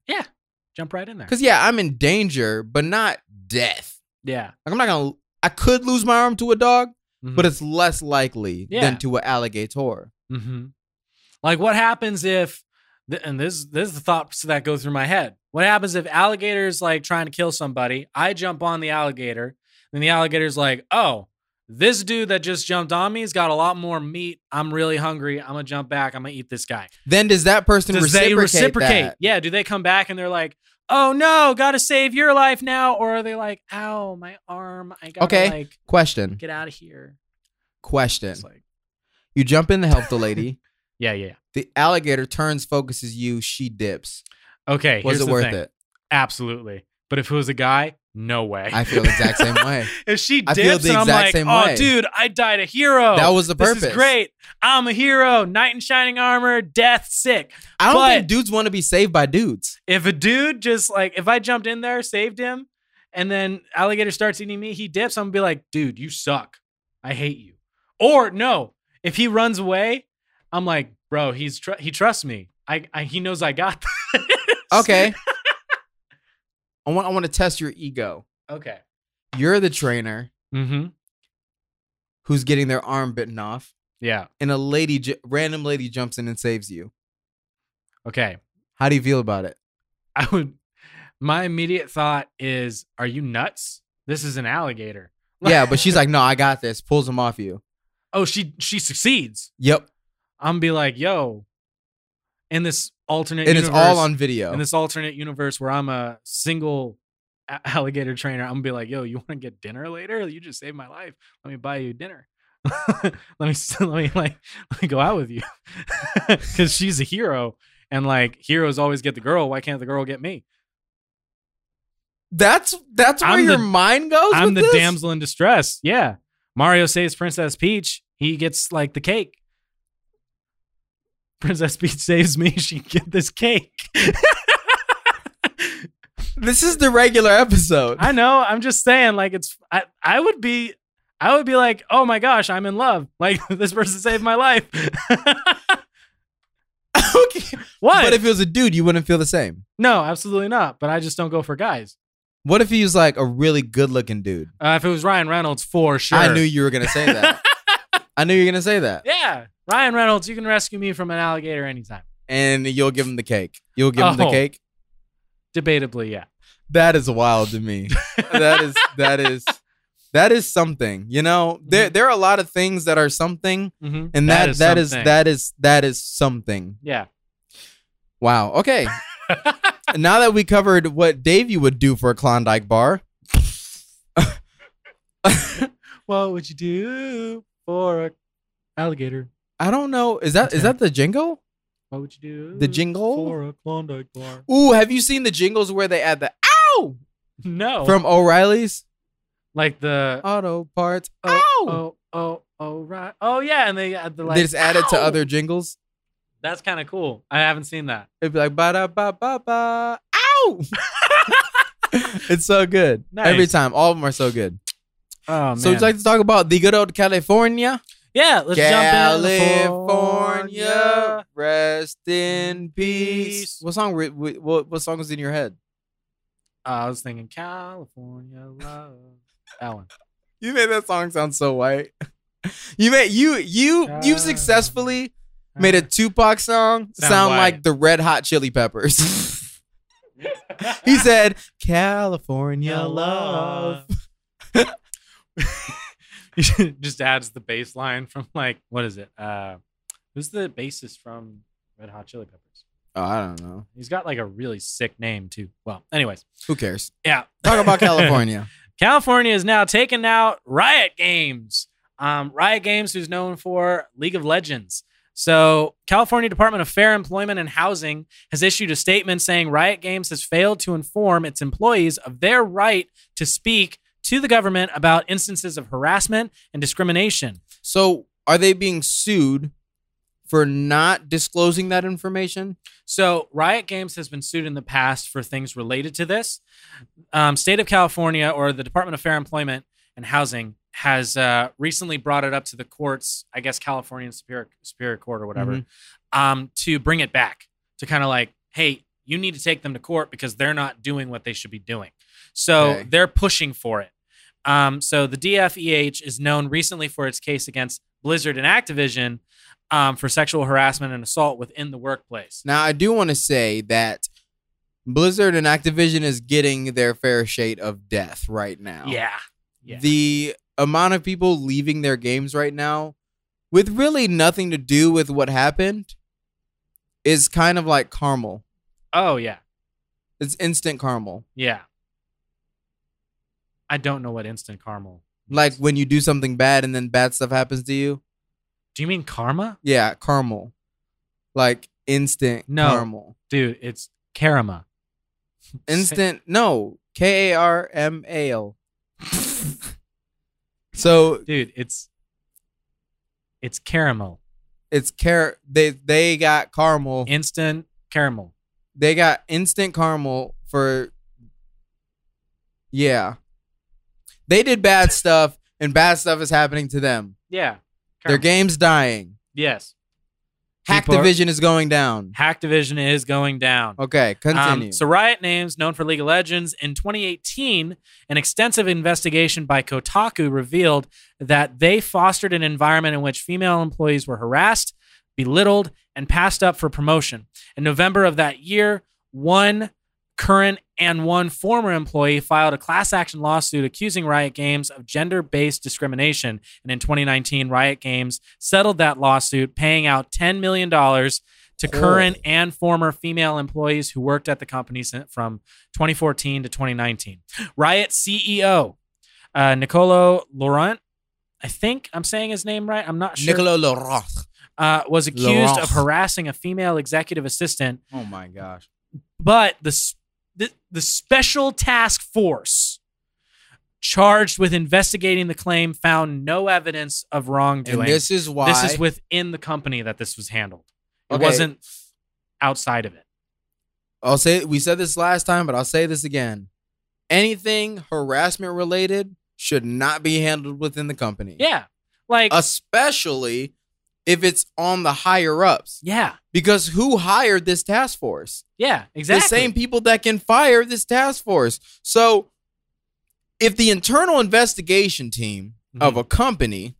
B: Jump right in there.
A: Cuz yeah, I'm in danger, but not death.
B: Yeah,
A: Like I'm not going to I could lose my arm to a dog,
B: Mhm.
A: but it's less likely
B: Yeah.
A: than to an alligator.
B: hmm Like, what happens if? th- And this this is the thoughts that go through my head. What happens if alligators like trying to kill somebody? I jump on the alligator, and the alligator's like, "Oh, this dude that just jumped on me's got a lot more meat. I'm really hungry. I'm gonna jump back. I'm gonna eat this guy."
A: Then does that person
B: Does
A: reciprocate,
B: they reciprocate?
A: that?
B: Yeah. Do they come back and they're like, "Oh no, gotta save your life now," or are they like, "Ow, my arm. I gotta
A: Okay.
B: like
A: Question.
B: get out of here."
A: Question.
B: It's like,
A: You jump in to help the lady.
B: yeah, yeah. yeah.
A: the alligator turns, focuses you, she dips.
B: Okay.
A: Was
B: here's
A: it
B: the
A: worth
B: thing.
A: it?
B: Absolutely. But if it was a guy, no way.
A: I feel the exact same way.
B: if she
A: I
B: dips,
A: feel the
B: and I'm
A: exact
B: like,
A: same
B: oh,
A: way."
B: dude, I died a hero.
A: that was the purpose.
B: Oh, This is great. I'm a hero. Knight in shining armor. Death sick.
A: I don't
B: But-
A: think dudes want to be saved by dudes.
B: If a dude just like, if I jumped in there, saved him, and then alligator starts eating me, he dips. I'm gonna be like, dude, you suck. I hate you. Or no, if he runs away, I'm like, bro, he's tr- he trusts me. I, I he knows I got this.
A: Okay. I want I want to test your ego.
B: Okay.
A: You're the trainer
B: Mm-hmm.
A: who's getting their arm bitten off,
B: Yeah.
A: and a lady, ju- random lady, jumps in and saves you.
B: Okay.
A: How do you feel about it?
B: I would. My immediate thought is, are you nuts? This is an alligator.
A: Yeah, but she's like, no, I got this. Pulls him off you.
B: Oh, she she succeeds.
A: Yep.
B: I'm gonna be like, yo. In this alternate
A: and it's
B: universe,
A: all on video.
B: in this alternate universe where I'm a single a- alligator trainer, I'm gonna be like, yo, you want to get dinner later? You just saved my life. Let me buy you dinner. let me s- let me like let me go out with you because she's a hero and like heroes always get the girl. Why can't the girl get me?
A: that's that's where
B: I'm
A: your
B: the-
A: mind goes.
B: I'm
A: with
B: the
A: this?
B: damsel in distress. Yeah, Mario saves Princess Peach. He gets like the cake. Princess Peach saves me. She get this cake.
A: This is the regular episode.
B: I know. I'm just saying, like, it's I, I would be I would be like, oh my gosh, I'm in love. Like this person saved my life.
A: okay.
B: what?
A: But if it was a dude, you wouldn't feel the same.
B: no, absolutely not. But I just don't go for guys.
A: What if he was like a really good looking dude?
B: Uh, if it was Ryan Reynolds, for sure.
A: I knew you were gonna say that. I knew you were gonna say that.
B: Yeah, Ryan Reynolds, you can rescue me from an alligator anytime.
A: And you'll give him the cake. You'll give him the
B: Oh.
A: cake.
B: Debatably, yeah.
A: That is wild to me. that is that is that is something. You know, there there are a lot of things that are something,
B: Mm-hmm.
A: and that that is that is
B: something.
A: that is, something.
B: Yeah.
A: Wow. Okay. now that we covered what Davey would do for a Klondike bar,
B: What would you do for a alligator?
A: I don't know. Is that is that the jingle?
B: What would you do?
A: The jingle?
B: for a Klondike bar?
A: Ooh, have you seen the jingles where they add the ow
B: No,
A: from O'Reilly's
B: like the
A: Auto Parts?
B: Oh,
A: ow.
B: oh, oh, oh, right. Oh, yeah. And they add the like.
A: they just add it to
B: "Ow!"
A: other jingles.
B: That's kind of cool. I haven't seen that.
A: It'd be like ba da ba ba ba. Ow! it's so good
B: Nice.
A: every time. All of them are so good.
B: Oh man.
A: so would you like to talk about the good old California?
B: yeah, let's jump in.
A: California, Mm-hmm. rest in peace.
B: Peace.
A: What song? Were, wh- what, what song was in your head?
B: I was thinking California love. That one.
A: You made that song sound so white. You made you you you
B: Ah.
A: successfully made a Tupac song Uh, sound,
B: Sound white.
A: like the Red Hot Chili Peppers. he said, Ah. "California love."
B: Just adds the bass line from like what is it? Uh, who's the bassist from Red Hot Chili Peppers?
A: Oh, I don't know.
B: He's got like a really sick name too. Well, anyways,
A: Who cares?
B: yeah.
A: Talk about California.
B: California is now taking out Riot Games. Um, Riot Games, who's known for League of Legends. So, California Department of Fair Employment and Housing has issued a statement saying Riot Games has failed to inform its employees of their right to speak to the government about instances of harassment and discrimination.
A: so, are they being sued for not disclosing that information?
B: So, Riot Games has been sued in the past for things related to this. Um, State of California or the Department of Fair Employment and Housing has uh, recently brought it up to the courts, I guess California Superior, Superior Court or whatever, um, to bring it back to kind of like, hey, you need to take them to court because they're not doing what they should be doing. So,
A: Okay.
B: they're pushing for it. Um, so, the DFEH is known recently for its case against Blizzard and Activision um, for sexual harassment and assault within the workplace.
A: Now, I do want to say that Blizzard and Activision is getting their fair shade of death right now.
B: Yeah. Yeah.
A: The amount of people leaving their games right now with really nothing to do with what happened is kind of like caramel.
B: oh yeah.
A: It's instant caramel.
B: Yeah. I don't know what instant caramel.
A: Like when you do something bad and then bad stuff happens to you.
B: Do you mean karma?
A: Yeah, caramel. Like instant
B: No.
A: caramel.
B: Dude, it's karma.
A: Instant no. K A R M A L. So
B: Dude, it's it's caramel.
A: it's car they they got caramel.
B: Instant caramel.
A: They got instant caramel for Yeah. They did bad stuff and bad stuff is happening to them.
B: Yeah.
A: Their game's dying.
B: Yes. People are-
A: Hacktivision is going down.
B: Hacktivision is going down.
A: Okay, continue.
B: Um, so Riot Names, known for League of Legends, in 2018, an extensive investigation by Kotaku revealed that they fostered an environment in which female employees were harassed, belittled, and passed up for promotion. In November of that year, one current and one former employee filed a class action lawsuit accusing Riot Games of gender based discrimination. And in 2019, Riot Games settled that lawsuit, paying out $10 million to current and former female employees who worked at the company sin- from 2014 to 2019. Riot CEO uh, Nicolo Laurent, I think I'm saying his name right. I'm not sure.
A: Nicolas Laroche.
B: uh, was accused
A: Laurent.
B: of harassing a female executive assistant
A: Oh my gosh.
B: but the s- the, the special task force charged with investigating the claim found no evidence of wrongdoing.
A: And this is why
B: This is within the company that this was handled. It
A: Okay.
B: wasn't outside of it.
A: I'll say we said this last time, but I'll say this again. Anything harassment related should not be handled within the company.
B: Yeah. Like
A: Especially if it's on the higher ups.
B: yeah.
A: Because who hired this task force?
B: Yeah, exactly.
A: the same people that can fire this task force. So, if the internal investigation team of
B: Mhm.
A: a company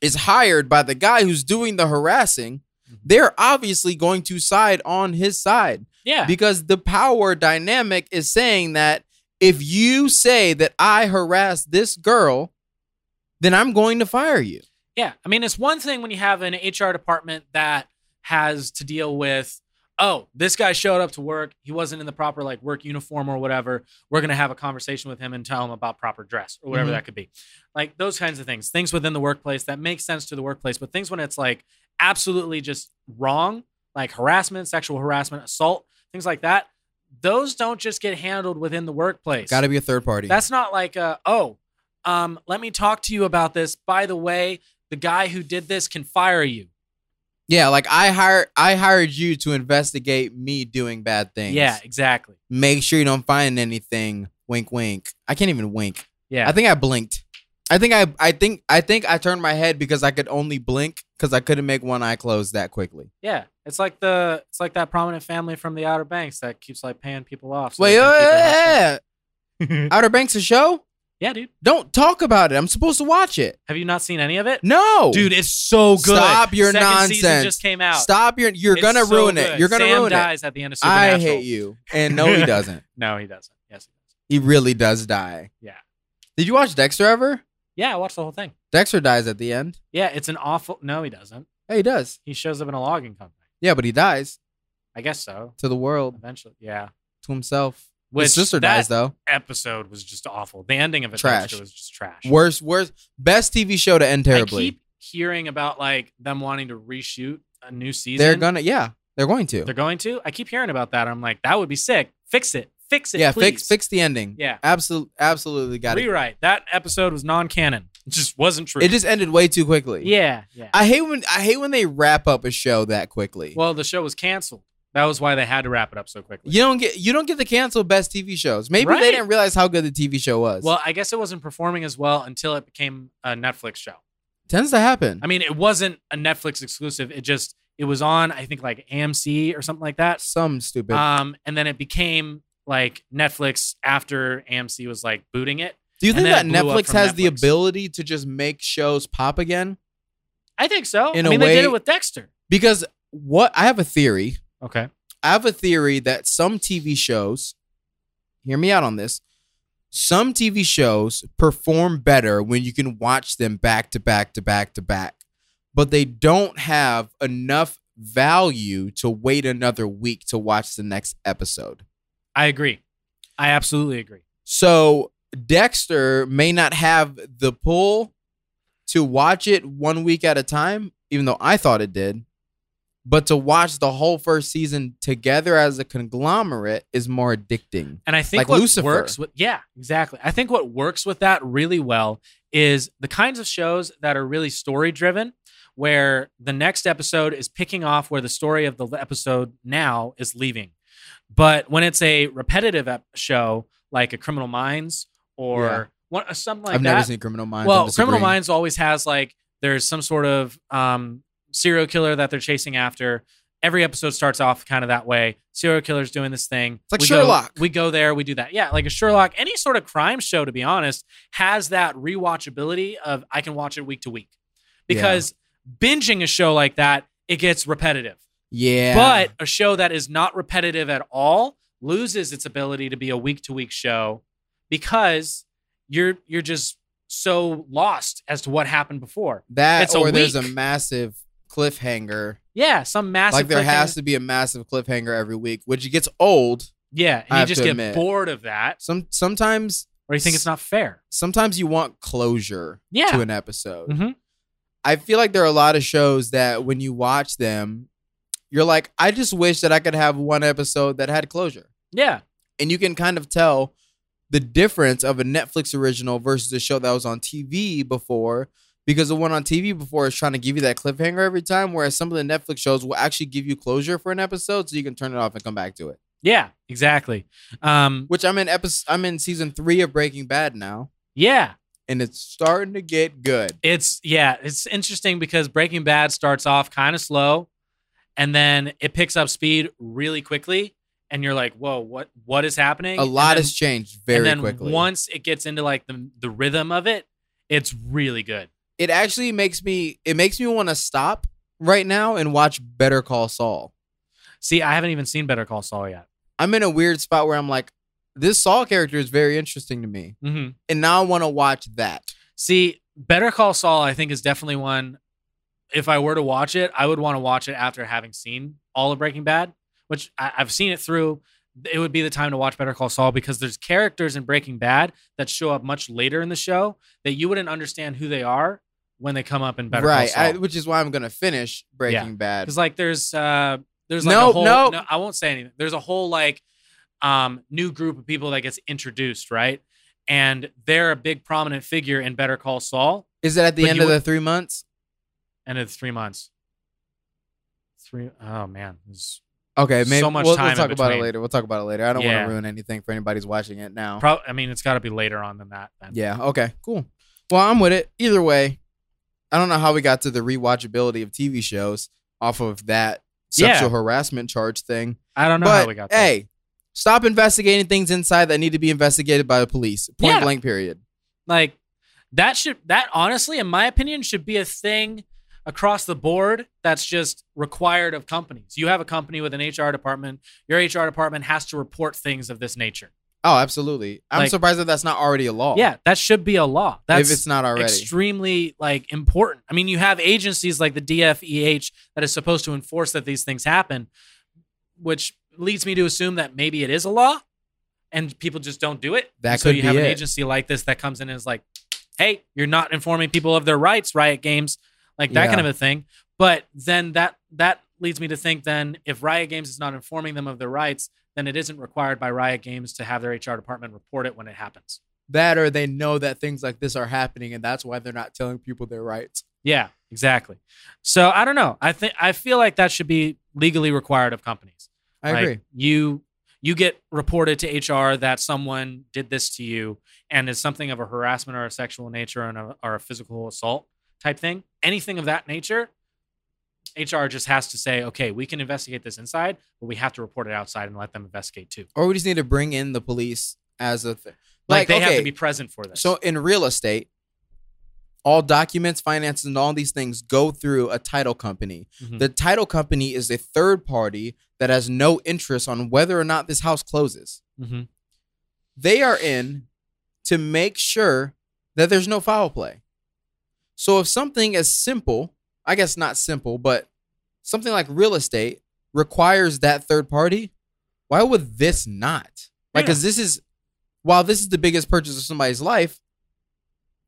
A: is hired by the guy who's doing the harassing,
B: Mhm.
A: they're obviously going to side on his side
B: Yeah.
A: because the power dynamic is saying that if you say that I harassed this girl, then I'm going to fire you.
B: Yeah. I mean, it's one thing when you have an HR department that has to deal with, oh, this guy showed up to work. He wasn't in the proper like work uniform or whatever. We're going to have a conversation with him and tell him about proper dress or whatever
A: Mhm.
B: that could be. Like those kinds of things, things within the workplace that make sense to the workplace, but things when it's like absolutely just wrong, like harassment, sexual harassment, assault, things like that. Those don't just get handled within the workplace.
A: Got to be a third party.
B: That's not like, uh, oh, um, let me talk to you about this. By the way, the guy who did this can fire you.
A: yeah, like I hired I hired you to investigate me doing bad things.
B: Yeah, exactly.
A: make sure you don't find anything. Wink, wink. I can't even wink.
B: Yeah,
A: I think I blinked. I think I, I think, I think I turned my head because I could only blink because I couldn't make one eye close that quickly.
B: yeah. It's like the it's like that prominent family from the Outer Banks that keeps like paying people off. so
A: Wait,
B: they can keep their
A: yeah,
B: house down.
A: Outer Banks a show?
B: yeah, dude.
A: Don't talk about it. I'm supposed to watch it.
B: Have you not seen any of it?
A: No,
B: Dude, it's so good.
A: Stop your
B: Second Season
A: nonsense.
B: just came out.
A: Stop your. You're
B: It's
A: gonna
B: so
A: ruin
B: good.
A: it. You're gonna
B: Sam
A: ruin it.
B: dies at the end of Supernatural.
A: I hate you. And no, he doesn't.
B: No, he doesn't. Yes, he does.
A: He really does die.
B: Yeah.
A: Did you watch Dexter ever?
B: Yeah, I watched the whole thing.
A: Dexter dies at the end.
B: Yeah, it's an awful. No, he doesn't.
A: Yeah, he does.
B: He shows up in a logging company.
A: Yeah, but he dies
B: I guess so.
A: to the world,
B: Eventually, yeah.
A: to himself.
B: Which
A: His sister
B: that
A: dies though.
B: episode was just awful. The ending of it
A: Trash.
B: Dexter, was just trash.
A: Worst, worst, best TV show to end terribly.
B: I keep hearing about like them wanting to reshoot a new season.
A: they're gonna, yeah, they're going to.
B: They're going to. I keep hearing about that. I'm like, that would be sick. Fix it. Fix it.
A: yeah,
B: please.
A: fix, fix the ending.
B: Yeah.
A: absolutely, absolutely got it.
B: Rewrite. That episode was non-canon. It just wasn't true.
A: It just ended way too quickly.
B: Yeah. Yeah.
A: I hate when I hate when they wrap up a show that quickly.
B: well, the show was canceled. That was why they had to wrap it up so quickly.
A: you don't get you don't get the canceled best TV shows. Maybe
B: Right.
A: they didn't realize how good the TV show was.
B: Well, I guess it wasn't performing as well until it became a Netflix show.
A: tends to happen.
B: I mean, it wasn't a Netflix exclusive. It just it was on, I think, like AMC or something like that.
A: Some stupid.
B: Um, and then it became like Netflix after AMC was like booting it.
A: Do you
B: and
A: think that
B: then it blew up
A: Netflix
B: from
A: has the
B: Netflix.
A: ability to just make shows pop again?
B: I think so.
A: In
B: I
A: a
B: mean, they did
A: way-
B: it with Dexter.
A: Because what I have a theory.
B: Okay.
A: I have a theory that some TV shows, hear me out on this, some TV shows perform better when you can watch them back to back to back to back, but they don't have enough value to wait another week to watch the next episode.
B: I agree. I absolutely agree.
A: So Dexter may not have the pull to watch it one week at a time, even though I thought it did. But to watch the whole first season together as a conglomerate is more addicting.
B: And I think
A: Like
B: what
A: Lucifer.
B: works with yeah, exactly. I think what works with that really well is the kinds of shows that are really story driven, where the next episode is picking off where the story of the episode now is leaving. But when it's a repetitive ep- show like a Criminal Minds or
A: Yeah.
B: one, uh, something like
A: I've
B: that,
A: never seen Criminal Minds. I'm
B: well, Criminal
A: disagreeing.
B: Minds always has like there's some sort of um, serial killer that they're chasing after. Every episode starts off kind of that way. Serial killer's doing this thing.
A: It's like
B: go-
A: Sherlock.
B: we go there, we do that. Yeah, like a Sherlock. Any sort of crime show, to be honest, has that rewatchability of I can watch it week to week. Because binging a show like that, it gets repetitive.
A: Yeah.
B: But a show that is not repetitive at all loses its ability to be a week to week show because you're you're just so lost as to what happened before.
A: that
B: it's a
A: or there's a
B: week.
A: massive cliffhanger
B: Yeah, some massive.
A: like there
B: freaking-
A: has to be a massive cliffhanger every week, which gets old.
B: Yeah,
A: I
B: and you
A: have
B: just
A: to
B: get
A: admit.
B: bored of that,
A: Some sometimes
B: or you think it's not fair.
A: sometimes you want closure
B: Yeah.
A: to an episode.
B: Mhm.
A: I feel like there are a lot of shows that when you watch them, you're like, I just wish that I could have one episode that had closure.
B: Yeah,
A: And you can kind of tell the difference of a Netflix original versus a show that was on TV before because the one on TV before is trying to give you that cliffhanger every time, whereas some of the Netflix shows will actually give you closure for an episode so you can turn it off and come back to it.
B: yeah, exactly. Um,
A: Which I'm in episode I'm in season three of Breaking Bad now,
B: yeah,
A: and it's starting to get good.
B: it's yeah, it's interesting because Breaking Bad starts off kind of slow, and then it picks up speed really quickly, and you're like, whoa, what what is happening?
A: a
B: And
A: lot
B: then-
A: has changed very
B: and then
A: quickly.
B: Once it gets into like the the rhythm of it, it's really good.
A: it actually makes me it makes me want to stop right now and watch Better Call Saul.
B: See, I haven't even seen Better Call Saul yet.
A: I'm in a weird spot where I'm like, this Saul character is very interesting to me,
B: Mm-hmm.
A: and now I want to watch that.
B: See, Better Call Saul, I think, is definitely one. If I were to watch it, I would want to watch it after having seen all of Breaking Bad, which I, I've seen it through. It would be the time to watch Better Call Saul because there's characters in Breaking Bad that show up much later in the show that you wouldn't understand who they are when they come up in Better
A: right, I,
B: Call Saul.
A: which is why I'm gonna finish Breaking Bad.
B: Because like there's uh there's like
A: No,
B: a whole
A: no.
B: I won't say anything. There's a whole like um new group of people that gets introduced, right? And they're a big prominent figure in Better Call Saul.
A: Is it at the
B: But
A: end
B: you
A: of the
B: would-
A: three months?
B: and it's three months. Three oh man, It's
A: Okay, maybe
B: So much
A: we'll,
B: time
A: we'll
B: in
A: talk about it
B: between.
A: later. We'll talk about it later. I don't
B: Yeah.
A: want to ruin anything for anybody's watching it now.
B: prob- I mean, it's got to be later on than that. Then.
A: Oh. Yeah. Okay. Cool. Well, I'm with it. Either way, I don't know how we got to the rewatchability of TV shows off of that
B: Yeah.
A: sexual harassment charge thing.
B: I don't know
A: but
B: how we got there.
A: hey, stop investigating things inside that need to be investigated by the police. Point
B: Yeah.
A: blank. Period.
B: Like that should that honestly, in my opinion, should be a thing across the board. That's just required of companies. You have a company with an HR department. Your HR department has to report things of this nature.
A: Oh, absolutely. I'm
B: Like-
A: surprised that that's not already a law.
B: Yeah, that should be a law. That's
A: if it's not already.
B: extremely like important. I mean, you have agencies like the DFEH that is supposed to enforce that these things happen, which leads me to assume that maybe it is a law and people just don't do it.
A: That
B: And so
A: could
B: you have
A: be
B: an
A: it.
B: agency like this that comes in and is like, "Hey, you're not informing people of their rights, Riot Games." Like that
A: Yeah.
B: kind of a thing. But then that that leads me to think then if Riot Games is not informing them of their rights, then it isn't required by Riot Games to have their HR department report it when it happens.
A: that or they know that things like this are happening, and that's why they're not telling people their rights.
B: Yeah, exactly. So I don't know. I think I feel like that should be legally required of companies.
A: I
B: Like,
A: agree.
B: You you get reported to HR that someone did this to you and is something of a harassment or a sexual nature and a, or a physical assault type thing. Anything of that nature, HR just has to say, okay, we can investigate this inside, but we have to report it outside and let them investigate too.
A: Or we just need to bring in the police as a thing.
B: Like, they have
A: okay,
B: to be present for this.
A: So in real estate, all documents, finances, and all these things go through a title company.
B: Mhm.
A: The title company is a third party that has no interest on whether or not this house closes.
B: Mhm.
A: They are in to make sure that there's no foul play. So if something as simple, I guess not simple, but something like real estate requires that third party, why would this not? Like,
B: Yeah.
A: because this is, while this is the biggest purchase of somebody's life,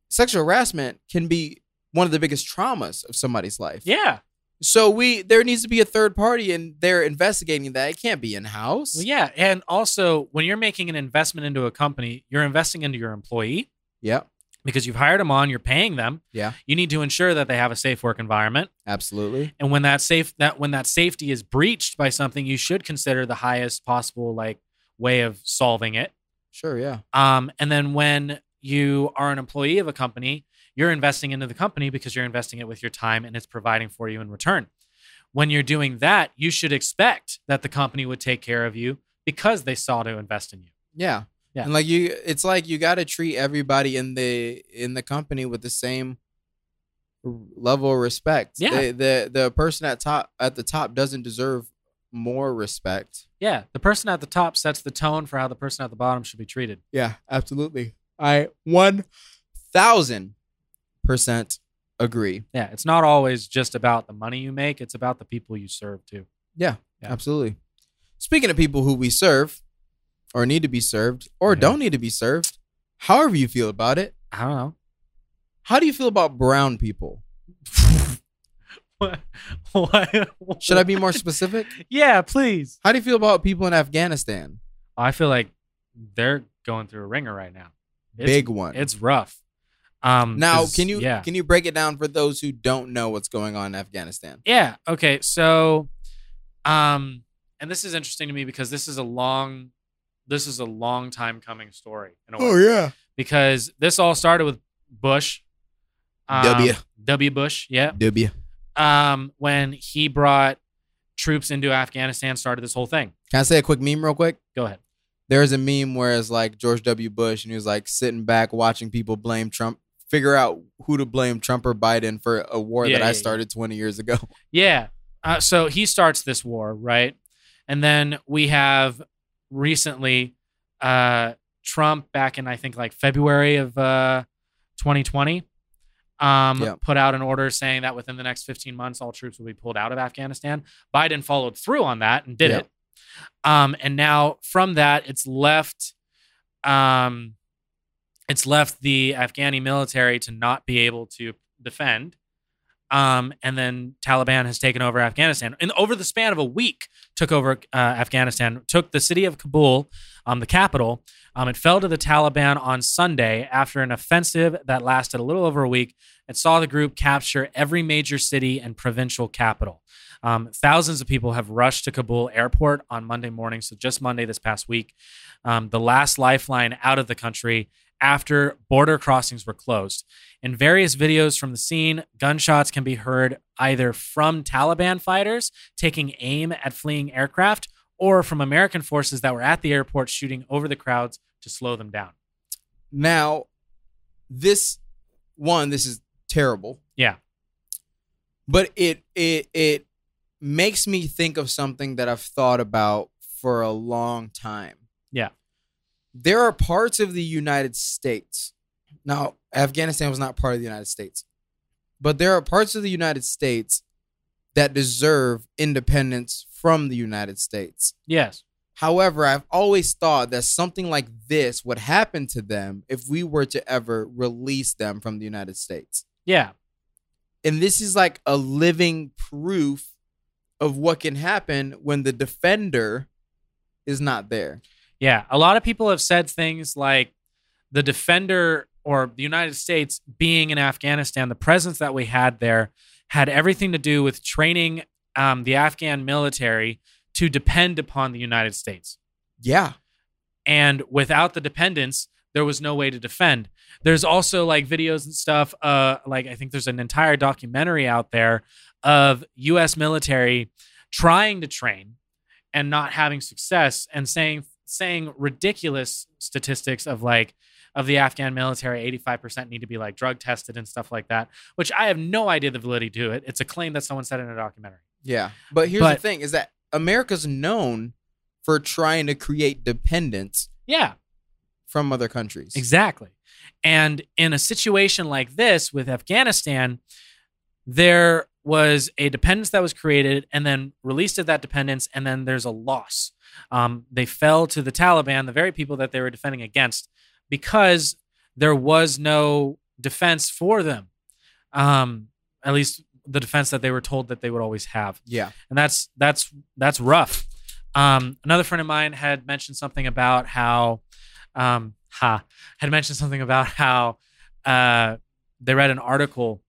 A: sexual harassment can be one of the biggest traumas of somebody's life.
B: yeah,
A: So we there needs to be a third party, and they're investigating that. It can't be in house.
B: well, yeah, and also when you're making an investment into a company, you're investing into your employee.
A: Yep.
B: because you've hired them on, you're paying them.
A: Yeah.
B: You need to ensure that they have a safe work environment.
A: Absolutely.
B: And when that safe that when that safety is breached by something, you should consider the highest possible like way of solving it.
A: Sure. Yeah.
B: Um, and then when you are an employee of a company, you're investing into the company because you're investing it with your time and it's providing for you in return. When you're doing that, you should expect that the company would take care of you because they saw to invest in you.
A: Yeah.
B: Yeah.
A: And like you, it's like you got to treat everybody in the in the company with the same r- level of respect. The
B: Yeah.
A: the, the person at top at the top doesn't deserve more respect.
B: Yeah, the person at the top sets the tone for how the person at the bottom should be treated.
A: Yeah. Absolutely. I one thousand percent agree.
B: Yeah, it's not always just about the money you make, it's about the people you serve too.
A: Yeah,
B: Yeah.
A: absolutely. Speaking of people who we serve or need to be served or
B: Yeah.
A: don't need to be served, however you feel about it,
B: I don't know.
A: how do you feel about brown people?
B: What? what?
A: Should I be more specific?
B: Yeah, please.
A: How do you feel about people in Afghanistan?
B: I feel like they're going through a ringer right now. It's,
A: Big one.
B: It's rough. Um,
A: now,
B: 'cause-
A: can you
B: Yeah.
A: can you break it down for those who don't know what's going on in Afghanistan?
B: yeah. Okay. So, um, and this is interesting to me because this is a long, this is a long time coming story. In a way.
A: yeah.
B: because this all started with Bush. Um,
A: W.
B: W. Bush, yeah.
A: W.
B: Um, when he brought troops into Afghanistan, started this whole thing.
A: Can I say a quick meme real quick?
B: Go ahead.
A: There's a meme where it's like George W. Bush and he was like sitting back watching people blame Trump, figure out who to blame Trump or Biden for a war
B: Yeah,
A: that
B: yeah,
A: I
B: yeah.
A: started 20 years ago.
B: Yeah. Uh, so he starts this war, right? And then we have recently uh, Trump back in I think like February of uh, 2020 um,
A: Yeah.
B: put out an order saying that within the next 15 months all troops will be pulled out of Afghanistan. Biden followed through on that and did
A: Yeah.
B: it. Um, and now from that it's left um, it's left the Afghani military to not be able to defend. Um, and then Taliban has taken over Afghanistan. And over the span of a week, took over uh, Afghanistan, took the city of Kabul, um, the capital. Um, it fell to the Taliban on Sunday after an offensive that lasted a little over a week. It saw the group capture every major city and provincial capital. Um, thousands of people have rushed to Kabul airport on Monday morning, so just Monday this past week, um, the last lifeline out of the country after border crossings were closed. In various videos from the scene, gunshots can be heard either from Taliban fighters taking aim at fleeing aircraft or from American forces that were at the airport shooting over the crowds to slow them down.
A: Now, this one, this is terrible.
B: Yeah.
A: But it it it makes me think of something that I've thought about for a long time.
B: Yeah.
A: There are parts of the United States. Now, Afghanistan was not part of the United States. But there are parts of the United States that deserve independence from the United States.
B: Yes.
A: However, I've always thought that something like this would happen to them if we were to ever release them from the United States.
B: Yeah.
A: And this is like a living proof of what can happen when the defender is not there.
B: Yeah. A lot of people have said things like the defender or the United States being in Afghanistan, the presence that we had there had everything to do with training um, the Afghan military to depend upon the United States.
A: Yeah.
B: and without the dependence there was no way to defend there's also like videos and stuff uh like i think there's an entire documentary out there of us military trying to train and not having success and saying saying ridiculous statistics of like of the afghan military 85% need to be like drug tested and stuff like that which i have no idea the validity to it it's a claim that someone said in a documentary
A: Yeah. But here's the
B: But-
A: thing is that America's known for trying to create dependence
B: yeah
A: from other countries.
B: Exactly. And in a situation like this with Afghanistan, there was a dependence that was created and then released of that dependence, and then there's a loss. Um, they fell to the Taliban, the very people that they were defending against, because there was no defense for them. Um, at least the defense that they were told that they would always have
A: Yeah.
B: and that's that's that's rough. Um, another friend of mine had mentioned something about how, um, ha, had mentioned something about how uh, they read an article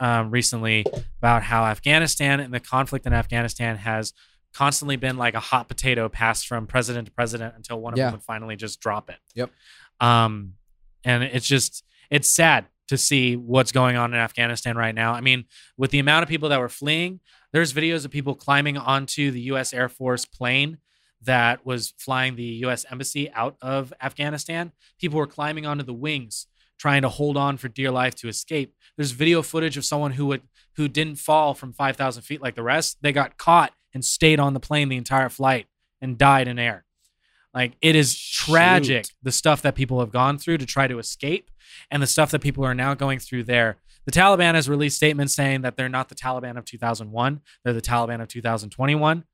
B: um, recently about how Afghanistan and the conflict in Afghanistan has constantly been like a hot potato passed from president to president until one of
A: Yeah.
B: them would finally just drop it.
A: Yep.
B: Um, and it's just it's sad to see what's going on in Afghanistan right now. I mean, with the amount of people that were fleeing, there's videos of people climbing onto the U.S. Air Force plane that was flying the U.S. embassy out of Afghanistan. People were climbing onto the wings, trying to hold on for dear life to escape. There's video footage of someone who would who didn't fall from 5,000 feet like the rest. They got caught and stayed on the plane the entire flight and died in air. Like it is tragic
A: Shoot.
B: the stuff that people have gone through to try to escape and the stuff that people are now going through there The Taliban has released statements saying that they're not the Taliban of 2001; they're the Taliban of 2021,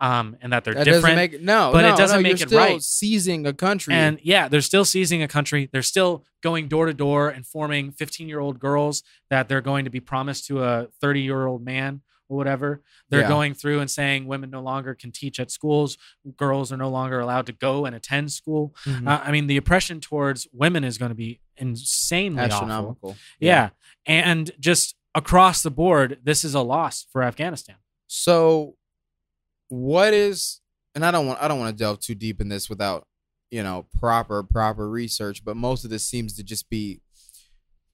B: um, and that they're
A: That
B: different.
A: doesn't make no,
B: but it
A: no,
B: doesn't
A: no,
B: make
A: you're
B: it
A: still
B: right.
A: Seizing a country,
B: And yeah, they're still seizing a country. They're still going door to door and forming 15 year old girls that they're going to be promised to a 30 year old man or whatever. They're
A: Yeah.
B: going through and saying women no longer can teach at schools. Girls are no longer allowed to go and attend school.
A: Mhm.
B: Uh, I mean, the oppression towards women is going to be insanely awful.
A: astronomical.
B: Yeah. And just across the board, this is a loss for Afghanistan.
A: So, what is? And I don't want I don't want to delve too deep in this without you know proper proper research. But most of this seems to just be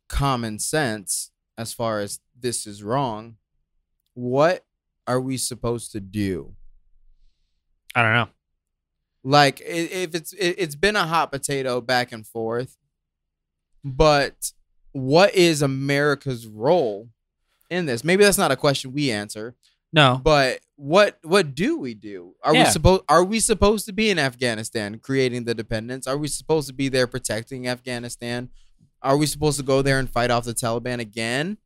A: common sense as far as this is wrong. What are we supposed to do?
B: I don't know.
A: Like i- if it's i- it's been a hot potato back and forth, but what is America's role in this? Maybe that's not a question we answer,
B: No.
A: but what what do we do? Are we
B: Yeah.
A: supposed are we supposed to be in Afghanistan creating the dependence? Are we supposed to be there protecting Afghanistan? Are we supposed to go there and fight off the Taliban again?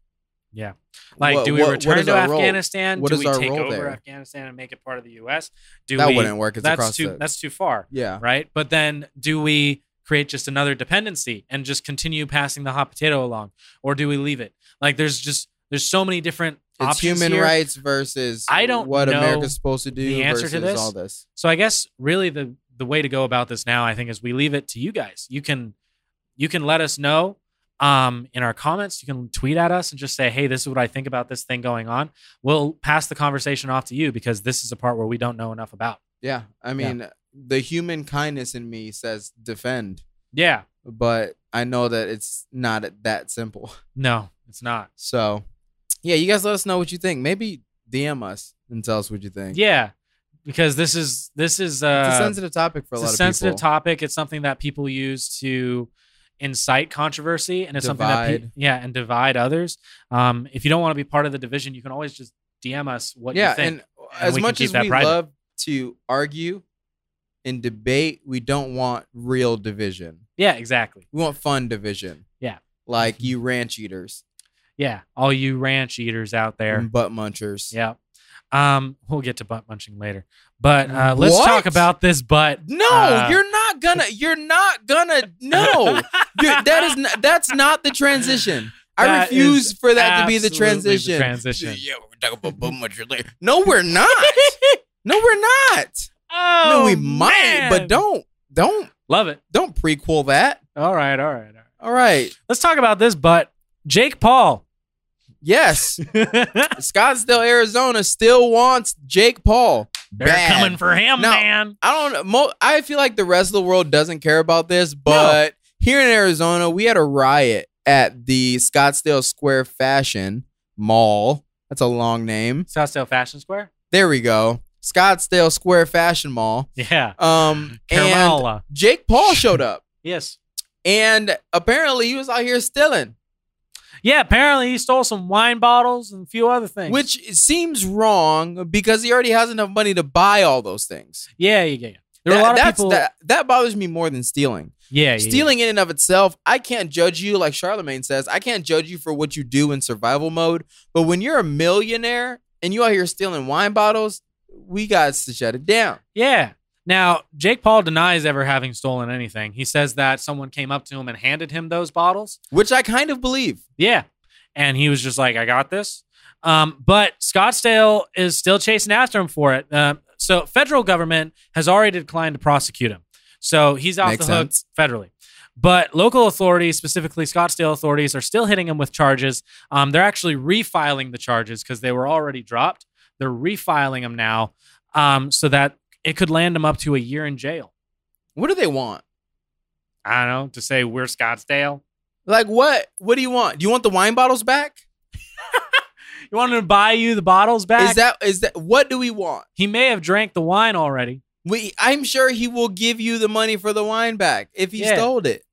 B: Yeah. Like,
A: What-
B: do we
A: what- what
B: return
A: is
B: to
A: our role?
B: Afghanistan?
A: What
B: do
A: is
B: we
A: our
B: take
A: role
B: over
A: there?
B: Afghanistan and make it part of the U.S.? Do
A: That
B: we,
A: wouldn't work. It's
B: that's
A: across
B: too
A: the-
B: that's too far,
A: yeah.
B: right? But then, do we create just another dependency and just continue passing the hot potato along, or do we leave it? Like, there's just there's so many different
A: It's
B: options
A: human
B: here.
A: rights versus
B: I don't
A: what
B: know
A: America's supposed to do
B: the answer
A: versus
B: to this.
A: all this.
B: So I guess really the the way to go about this now, I think, is we leave it to you guys. You can you can let us know um, in our comments. You can tweet at us and just say, "Hey, this is what I think about this thing going on." We'll pass the conversation off to you because this is a part where we don't know enough about.
A: Yeah. I mean, the human kindness in me says defend,
B: Yeah,
A: but I know that it's not that simple.
B: no, it's not.
A: So, yeah, you guys let us know what you think. Maybe DM us and tell us what you think.
B: Yeah, because this is this is uh,
A: It's a sensitive topic for a
B: it's
A: lot of
B: sensitive
A: people.
B: topic. It's something that people use to incite controversy, and it's something that
A: Divide.
B: pe- yeah, and divide others. Um, if you don't want to be part of the division, you can always just DM us what
A: yeah,
B: you think.
A: and as
B: we can
A: much
B: keep
A: as
B: that
A: we
B: private.
A: love to argue and debate, we don't want real division.
B: yeah, exactly.
A: We want fun division.
B: Yeah. Mm-hmm.
A: Like you ranch eaters
B: Yeah, all you ranch eaters out there.
A: and butt munchers.
B: Yeah. Um, we'll get to butt munching later, but uh, let's
A: What?
B: talk about this butt.
A: No,
B: Uh,
A: you're not gonna. You're not gonna. No, You're- that is. Not, that's not the transition. I
B: That
A: refuse for that to be the
B: absolutely
A: transition.
B: transition.
A: Yeah, we're talking about butt munchers later. No, we're not. no, we're not.
B: Oh,
A: no, we might,
B: man.
A: but don't, don't,
B: love it.
A: don't prequel that.
B: All right, all right, all right.
A: All right.
B: Let's talk about this butt. Jake Paul.
A: Yes. Scottsdale, Arizona still wants Jake Paul.
B: They're
A: Bad.
B: coming for him,
A: No.
B: man.
A: I don't know. Mo- I feel like the rest of the world doesn't care about this, but here in Arizona, we had a riot at the Scottsdale Square Fashion Mall. That's a long name.
B: Scottsdale Fashion Square.
A: There we go. Scottsdale Square Fashion Mall.
B: Yeah.
A: Um, and
B: Kermala.
A: Jake Paul showed up,
B: Yes.
A: and apparently he was out here stealing,
B: Yeah. Apparently, he stole some wine bottles and a few other things.
A: which seems wrong because he already has enough money to buy all those things.
B: yeah, yeah, yeah. There were
A: That-
B: a lot of
A: that's-
B: people.
A: that, that bothers me more than stealing.
B: yeah, yeah,
A: stealing in and of itself, I can't judge you like Charlemagne says. I can't judge you for what you do in survival mode. But when you're a millionaire and you out here stealing wine bottles, we got to shut it down.
B: Yeah. yeah. Now, Jake Paul denies ever having stolen anything. He says that someone came up to him and handed him those bottles.
A: Which I kind of believe.
B: Yeah. And he was just like, I got this. Um, but Scottsdale is still chasing after him for it. Um, so federal government has already declined to prosecute him. So he's off
A: Makes
B: the hook
A: sense.
B: federally. But local authorities, specifically Scottsdale authorities, are still hitting him with charges. Um, they're actually refiling the charges because they were already dropped. They're refiling them now um, so that it could land him up to a year in jail.
A: What do they want?
B: I don't know, to say we're Scottsdale.
A: Like what? What do you want? Do you want the wine bottles back?
B: You want him to buy you the bottles back?
A: Is that is that what do we want?
B: he may have drank the wine already.
A: We I'm sure he will give you the money for the wine back if he
B: Yeah.
A: stole it.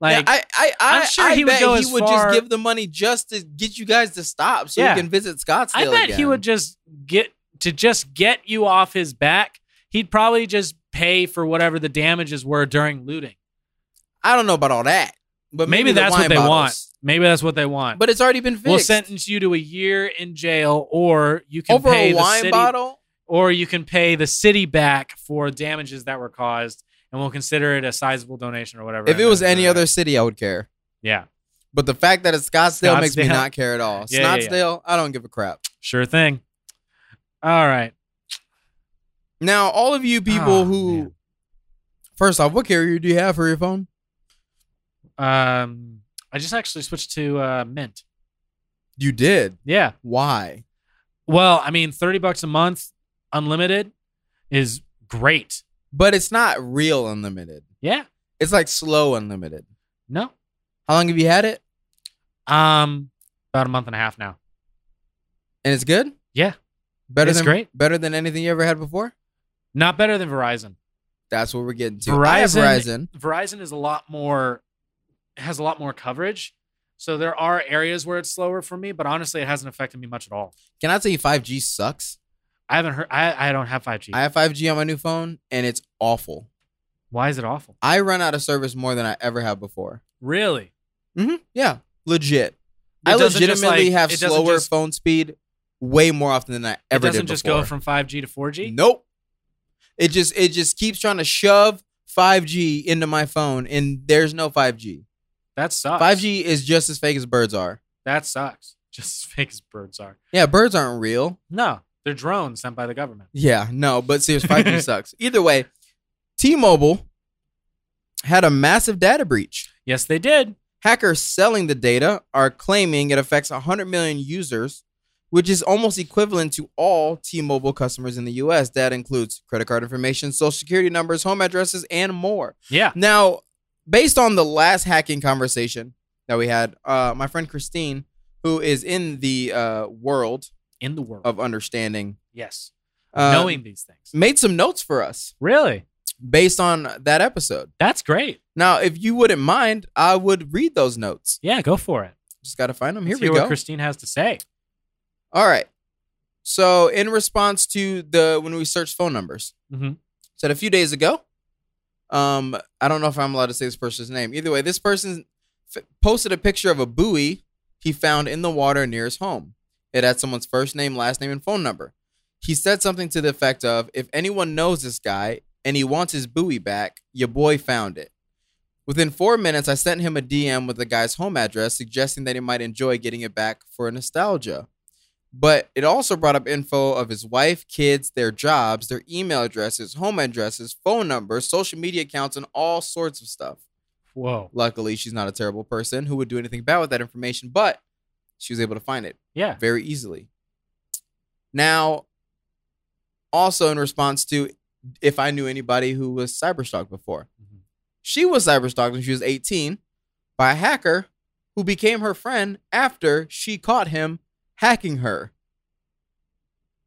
B: Like
A: yeah, I, I, I,
B: I'm sure
A: I
B: he would
A: bet
B: go
A: he
B: as
A: would
B: far-
A: just give the money just to get you guys to stop so
B: Yeah.
A: you can visit Scottsdale.
B: I bet he
A: again.
B: would just get to just get you off his back. He'd probably just pay for whatever the damages were during looting.
A: I don't know about all that, but
B: Maybe
A: maybe, the
B: that's
A: wine
B: what they
A: bottles.
B: want. Maybe that's what they want.
A: But it's already been fixed.
B: we'll sentence you to a year in jail, or you can
A: over
B: pay
A: a
B: the
A: wine
B: city,
A: bottle.
B: or you can pay the city back for damages that were caused, and we'll consider it a sizable donation or whatever. uh,
A: If it was any other city, I would care.
B: yeah,
A: But the fact that it's Scottsdale, makes me
B: Scottsdale.
A: not care at all.
B: Yeah, yeah, yeah.
A: Scottsdale, I don't give a crap.
B: sure thing. All right,
A: Now, all of you people
B: Ah,
A: who,
B: man.
A: first off, what carrier do you have for your phone?
B: um, I just actually switched to uh, Mint.
A: You did.
B: Yeah,
A: Why?
B: well, I mean, thirty bucks a month, unlimited, is great.
A: But it's not real unlimited.
B: Yeah,
A: It's like slow unlimited.
B: no,
A: How long have you had it?
B: um, about a month and a half now.
A: And it's good.
B: Yeah.
A: Better
B: It's
A: than
B: great.
A: Better than anything you ever had before.
B: Not better than Verizon.
A: That's what we're getting to. I have Verizon.
B: Verizon- Verizon is a lot more has a lot more coverage. So there are areas where it's slower for me, but honestly, it hasn't affected me much at all.
A: Can I tell you, five G sucks.
B: I haven't heard. I, I don't have five G.
A: I have five G on my new phone, and it's awful.
B: Why is it awful?
A: I run out of service more than I ever have before.
B: Really?
A: Mm-hmm. Yeah, legit.
B: It
A: I
B: doesn't just,
A: legitimately
B: like-
A: have
B: it doesn't
A: slower
B: just-
A: phone speed way more often than I ever
B: it doesn't
A: did
B: just
A: before.
B: go from five G to four G.
A: Nope. It just it just keeps trying to shove 5G into my phone, and there's no 5G.
B: That sucks.
A: 5G is just as fake as birds are.
B: That sucks. Just as fake as birds are.
A: Yeah, birds aren't real.
B: No, they're drones sent by the government.
A: Yeah, no, but seriously, 5G sucks. Either way, T-Mobile had a massive data breach.
B: Yes, they did.
A: Hackers selling the data are claiming it affects 100 million users, which is almost equivalent to all T-Mobile customers in the U.S. That includes credit card information, social security numbers, home addresses, and more.
B: Yeah.
A: Now, based on the last hacking conversation that we had, uh, my friend Christine, who is in the uh, world
B: In the world.
A: of understanding,
B: yes.
A: uh,
B: Knowing these things.
A: made some notes for us
B: Really?
A: based on that episode.
B: That's great.
A: Now, if you wouldn't mind, I would read those notes.
B: Yeah, go for it.
A: Just got to find them. Here
B: Let's
A: we
B: hear
A: go.
B: what Christine has to say.
A: All right. So, in response to the when we searched phone numbers,
B: Mhm.
A: said a few days ago. Um, I don't know if I'm allowed to say this person's name. Either way, this person f- posted a picture of a buoy he found in the water near his home. It had someone's first name, last name, and phone number. He said something to the effect of, "If anyone knows this guy and he wants his buoy back, your boy found it." Within four minutes, I sent him a DM with the guy's home address, suggesting that he might enjoy getting it back for nostalgia but it also brought up info of his wife, kids, their jobs, their email addresses, home addresses, phone numbers, social media accounts, and all sorts of stuff.
B: Whoa.
A: Luckily, she's not a terrible person who would do anything bad with that information, but she was able to find it
B: Yeah.
A: very easily. Now, also in response to if I knew anybody who was cyberstalked before,
B: Mhm.
A: she was cyberstalked when she was 18 by a hacker who became her friend after she caught him hacking her.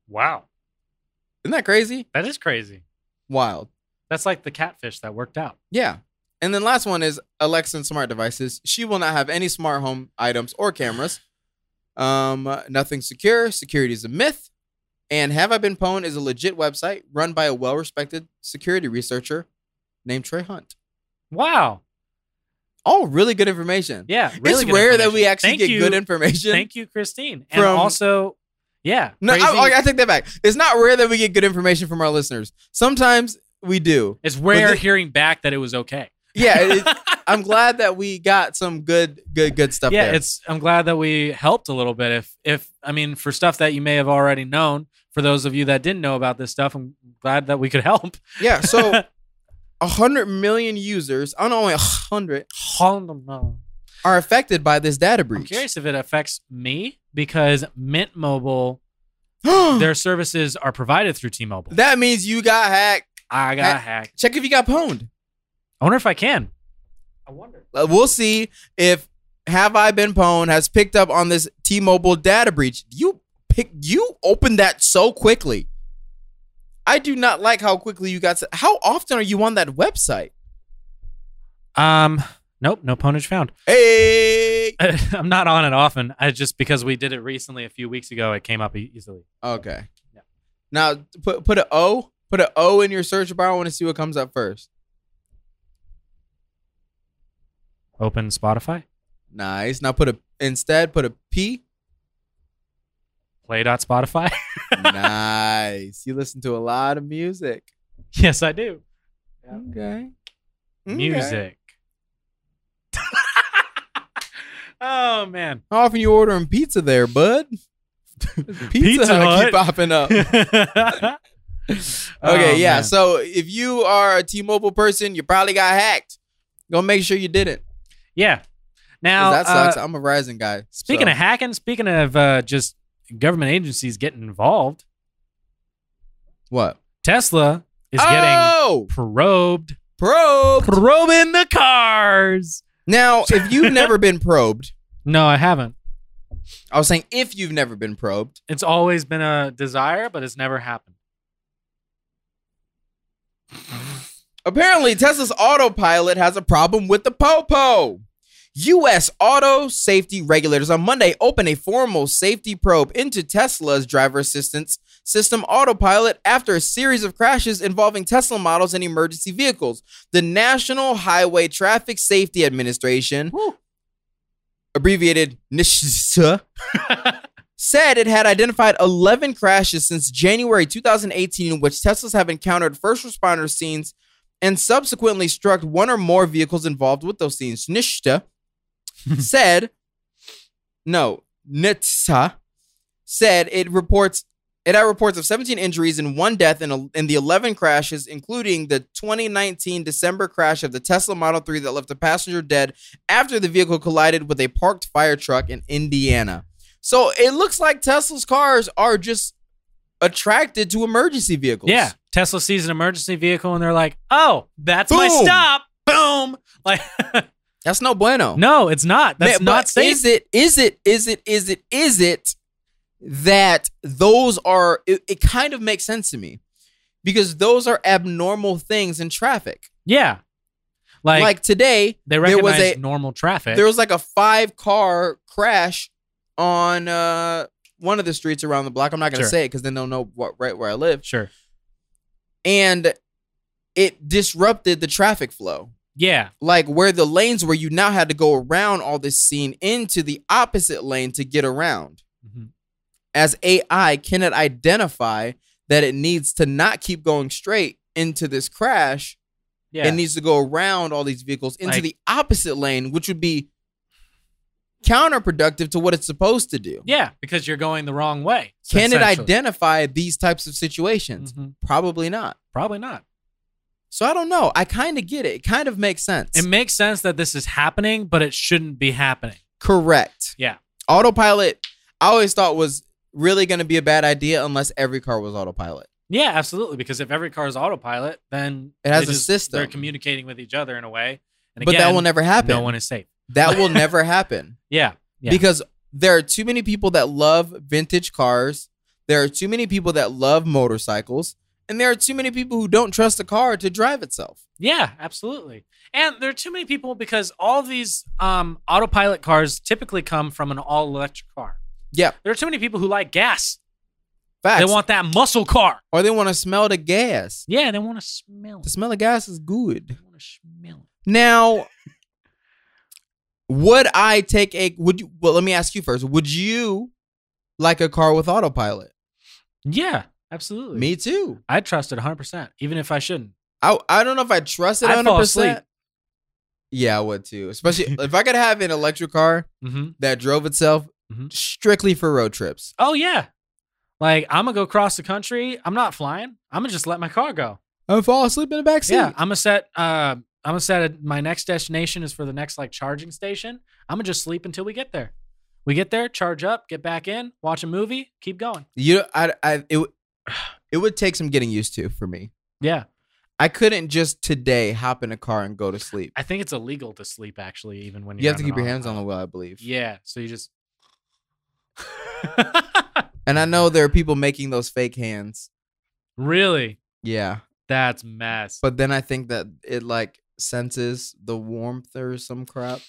B: Wow.
A: Isn't that crazy?
B: That is crazy.
A: Wild.
B: That's like the catfish that worked out.
A: Yeah. And then last one is Alexa and smart devices. She will not have any smart home items or cameras. Um, nothing secure. Security is a myth. And Have I Been Pwned is a legit website run by a well-respected security researcher named Trey Hunt.
B: Wow.
A: All really good information.
B: Yeah.
A: it's
B: really good
A: rare that
B: information.
A: we actually
B: Thank
A: get
B: you,
A: good information.
B: Thank you, Christine. And
A: From-
B: also, yeah.
A: no, I,
B: crazy-
A: I- I take that back. It's not rare that we get good information from our listeners. Sometimes we do.
B: it's rare
A: But the-
B: hearing back that it was okay.
A: Yeah, it, I'm glad that we got some good, good, good stuff.
B: yeah,
A: there.
B: it's. I'm glad that we helped a little bit. If, if I mean, for stuff that you may have already known, for those of you that didn't know about this stuff, I'm glad that we could help.
A: Yeah, so a hundred million users, I don't know, a hundred
B: I'm
A: are affected by this data breach.
B: curious if it affects me because Mint Mobile,
A: that
B: their services are provided through T-Mobile.
A: means you got hacked.
B: I got hacked.
A: Check if you got pwned.
B: I wonder if I can. I wonder.
A: Uh, We'll see if have I been pwned has picked up on this T-Mobile data breach. You pick you opened that so quickly. I do not like how quickly you got. s- How often are you on that website?
B: Um, nope, no ponage found.
A: Hey.
B: I'm not on it often. I just because we did it recently a few weeks ago, it came up e- easily.
A: Okay.
B: Yeah.
A: Now put put an O put an O in your search bar. I want to see what comes up first.
B: Open Spotify.
A: Nice. Now put a instead put a P.
B: Play.spotify?
A: nice. You listen to a lot of music.
B: yes, I do.
A: Okay. Okay.
B: Music. oh, man.
A: How often you ordering pizza there, bud? Pizza,
B: Pizza
A: Hut
B: Hut. Oh,
A: keep popping up.
B: okay,
A: Okay, yeah. So if you are a T-Mobile person, you probably got hacked. Go make sure you didn't.
B: yeah.
A: 'Cause
B: Now,
A: that
B: uh,
A: sucks. I'm a Verizon guy.
B: Speaking
A: so.
B: of hacking, speaking of uh, just government agencies getting involved,
A: what?
B: Tesla is
A: oh,
B: getting probed,
A: probe.
B: probing the cars.
A: Now, if you've never been probed,
B: No, I haven't.
A: I was saying if you've never been probed,
B: It's always been a desire, but it's never happened.
A: apparently Tesla's autopilot has a problem with the popo. U.S. auto safety regulators on Monday opened a formal safety probe into Tesla's driver assistance system autopilot after a series of crashes involving Tesla models and emergency vehicles. The National Highway Traffic Safety Administration,
B: Woo.
A: abbreviated NHTSA, said it had identified 11 crashes since January 2018 in which Teslas have encountered first responder scenes and subsequently struck one or more vehicles involved with those scenes. Nishta said, no, Nitsa said it reports it had reports of 17 injuries and one death in, in the 11 crashes, including the 2019 December crash of the Tesla Model 3 that left a passenger dead after the vehicle collided with a parked fire truck in Indiana. So it looks like Tesla's cars are just attracted to emergency vehicles.
B: Yeah, Tesla sees an emergency vehicle and they're like, "Oh, that's my
A: Boom.
B: stop." Boom. Like,
A: That's no bueno.
B: no, it's not. That's
A: Man,
B: not
A: but
B: safe.
A: Is it? Is it? Is it? Is it? Is it that those are? It, it kind of makes sense to me because those are abnormal things in traffic.
B: yeah. Like,
A: Like, today,
B: they
A: there was
B: recognize
A: a-
B: normal traffic.
A: there was like a five car crash on uh, one of the streets around the block. I'm not gonna
B: Sure.
A: say it because then they'll know what right where I live,
B: sure.
A: and it disrupted the traffic flow.
B: Yeah.
A: like where the lanes where you now had to go around all this scene into the opposite lane to get around
B: Mhm.
A: as ai cannot identify that it needs to not keep going straight into this crash
B: Yeah.
A: it needs to go around all these vehicles into
B: Like-
A: the opposite lane which would be counterproductive to what it's supposed to do
B: Yeah, because you're going the wrong way.
A: can it
B: essentially.
A: identify these types of situations
B: Mhm.
A: probably not
B: Probably not.
A: so i don't know i kind of get it it kind of makes sense
B: It makes sense that this is happening, but it shouldn't be happening.
A: Correct.
B: Yeah.
A: Autopilot, I always thought was really going to be a bad idea unless every car was autopilot.
B: Yeah, absolutely. Because if every car is autopilot, then
A: It has
B: they
A: a system.
B: They're communicating with each other in a way, and
A: but
B: again,
A: that will never happen.
B: No one is safe.
A: that will never happen
B: Yeah, yeah.
A: because there are too many people that love vintage cars. There are too many people that love motorcycles. And there are too many people who don't trust a car to drive itself.
B: yeah, absolutely. And there are too many people because all these um, autopilot cars typically come from an all electric car.
A: Yeah,
B: There are too many people who like gas.
A: facts.
B: They want that muscle car.
A: or they want to smell the gas.
B: Yeah, they want to smell
A: The
B: it.
A: smell of gas is good.
B: They want to smell it.
A: Now, would I take a would you well let me ask you first. Would you like a car with autopilot?
B: Yeah, absolutely.
A: Me too.
B: I trust it 100%, even if I shouldn't.
A: I I don't know if I trust it
B: I'd
A: hundred
B: fall asleep.
A: percent. Yeah, I would too. Especially if I could have an electric car
B: Mm-hmm.
A: that drove itself
B: Mhm.
A: strictly for road trips.
B: Oh, yeah. Like, I'm going to go across the country. I'm not flying. I'm going to just let my car go.
A: I would fall asleep in the backseat.
B: Yeah. I'm going to set, uh, I'm going to set a, my next destination is for the next like charging station. I'm going to just sleep until we get there. We get there, charge up, get back in, watch a movie, keep going.
A: You I I it would- it would take some getting used to for me.
B: Yeah.
A: I couldn't just today hop in a car and go to sleep.
B: I think it's illegal to sleep actually, even when you're
A: You have to
B: on
A: keep
B: an
A: your hands on the
B: autopilot.
A: wheel, I believe.
B: Yeah. So you just.
A: And I know there are people making those fake hands.
B: really?
A: Yeah.
B: That's mess.
A: But then I think that it like senses the warmth or some crap.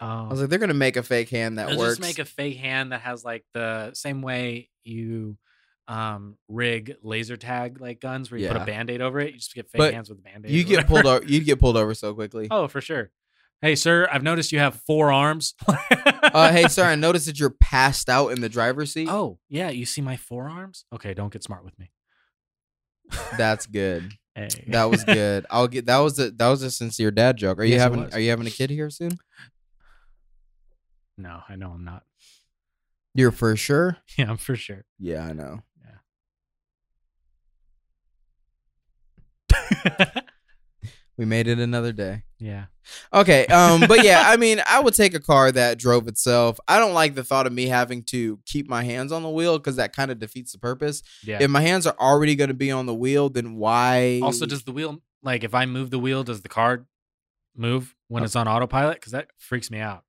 B: Oh,
A: I was like, they're gonna make a fake hand that
B: They'll
A: works.
B: just make a fake hand that has like the same way you um rig laser tag like guns where you put
A: Yeah.
B: a band-aid over it. You just get fake
A: But
B: hands with band aids.
A: you get pulled over. You'd get pulled over so quickly.
B: Oh, for sure. Hey, sir, I've noticed you have four arms.
A: Uh, hey, sir, I noticed that you're passed out in the driver's seat.
B: Oh, yeah. You see my forearms? Okay, don't get smart with me.
A: That's good.
B: Hey.
A: That was good. I'll get that was a that was a sincere dad joke. Are you
B: Yes, it
A: having
B: was.
A: are you having a kid here soon?
B: no, I know I'm not.
A: You're for sure.
B: Yeah, I'm for sure.
A: Yeah, I know. We made it another day.
B: yeah.
A: Okay, um, but yeah, I mean, I would take a car that drove itself. I don't like the thought of me having to keep my hands on the wheel because that kind of defeats the purpose.
B: Yeah.
A: If my hands are already going to be on the wheel, then why?
B: also, does the wheel, like, if I move the wheel, does the car move
A: Oh.
B: when it's on autopilot? Because that freaks me out.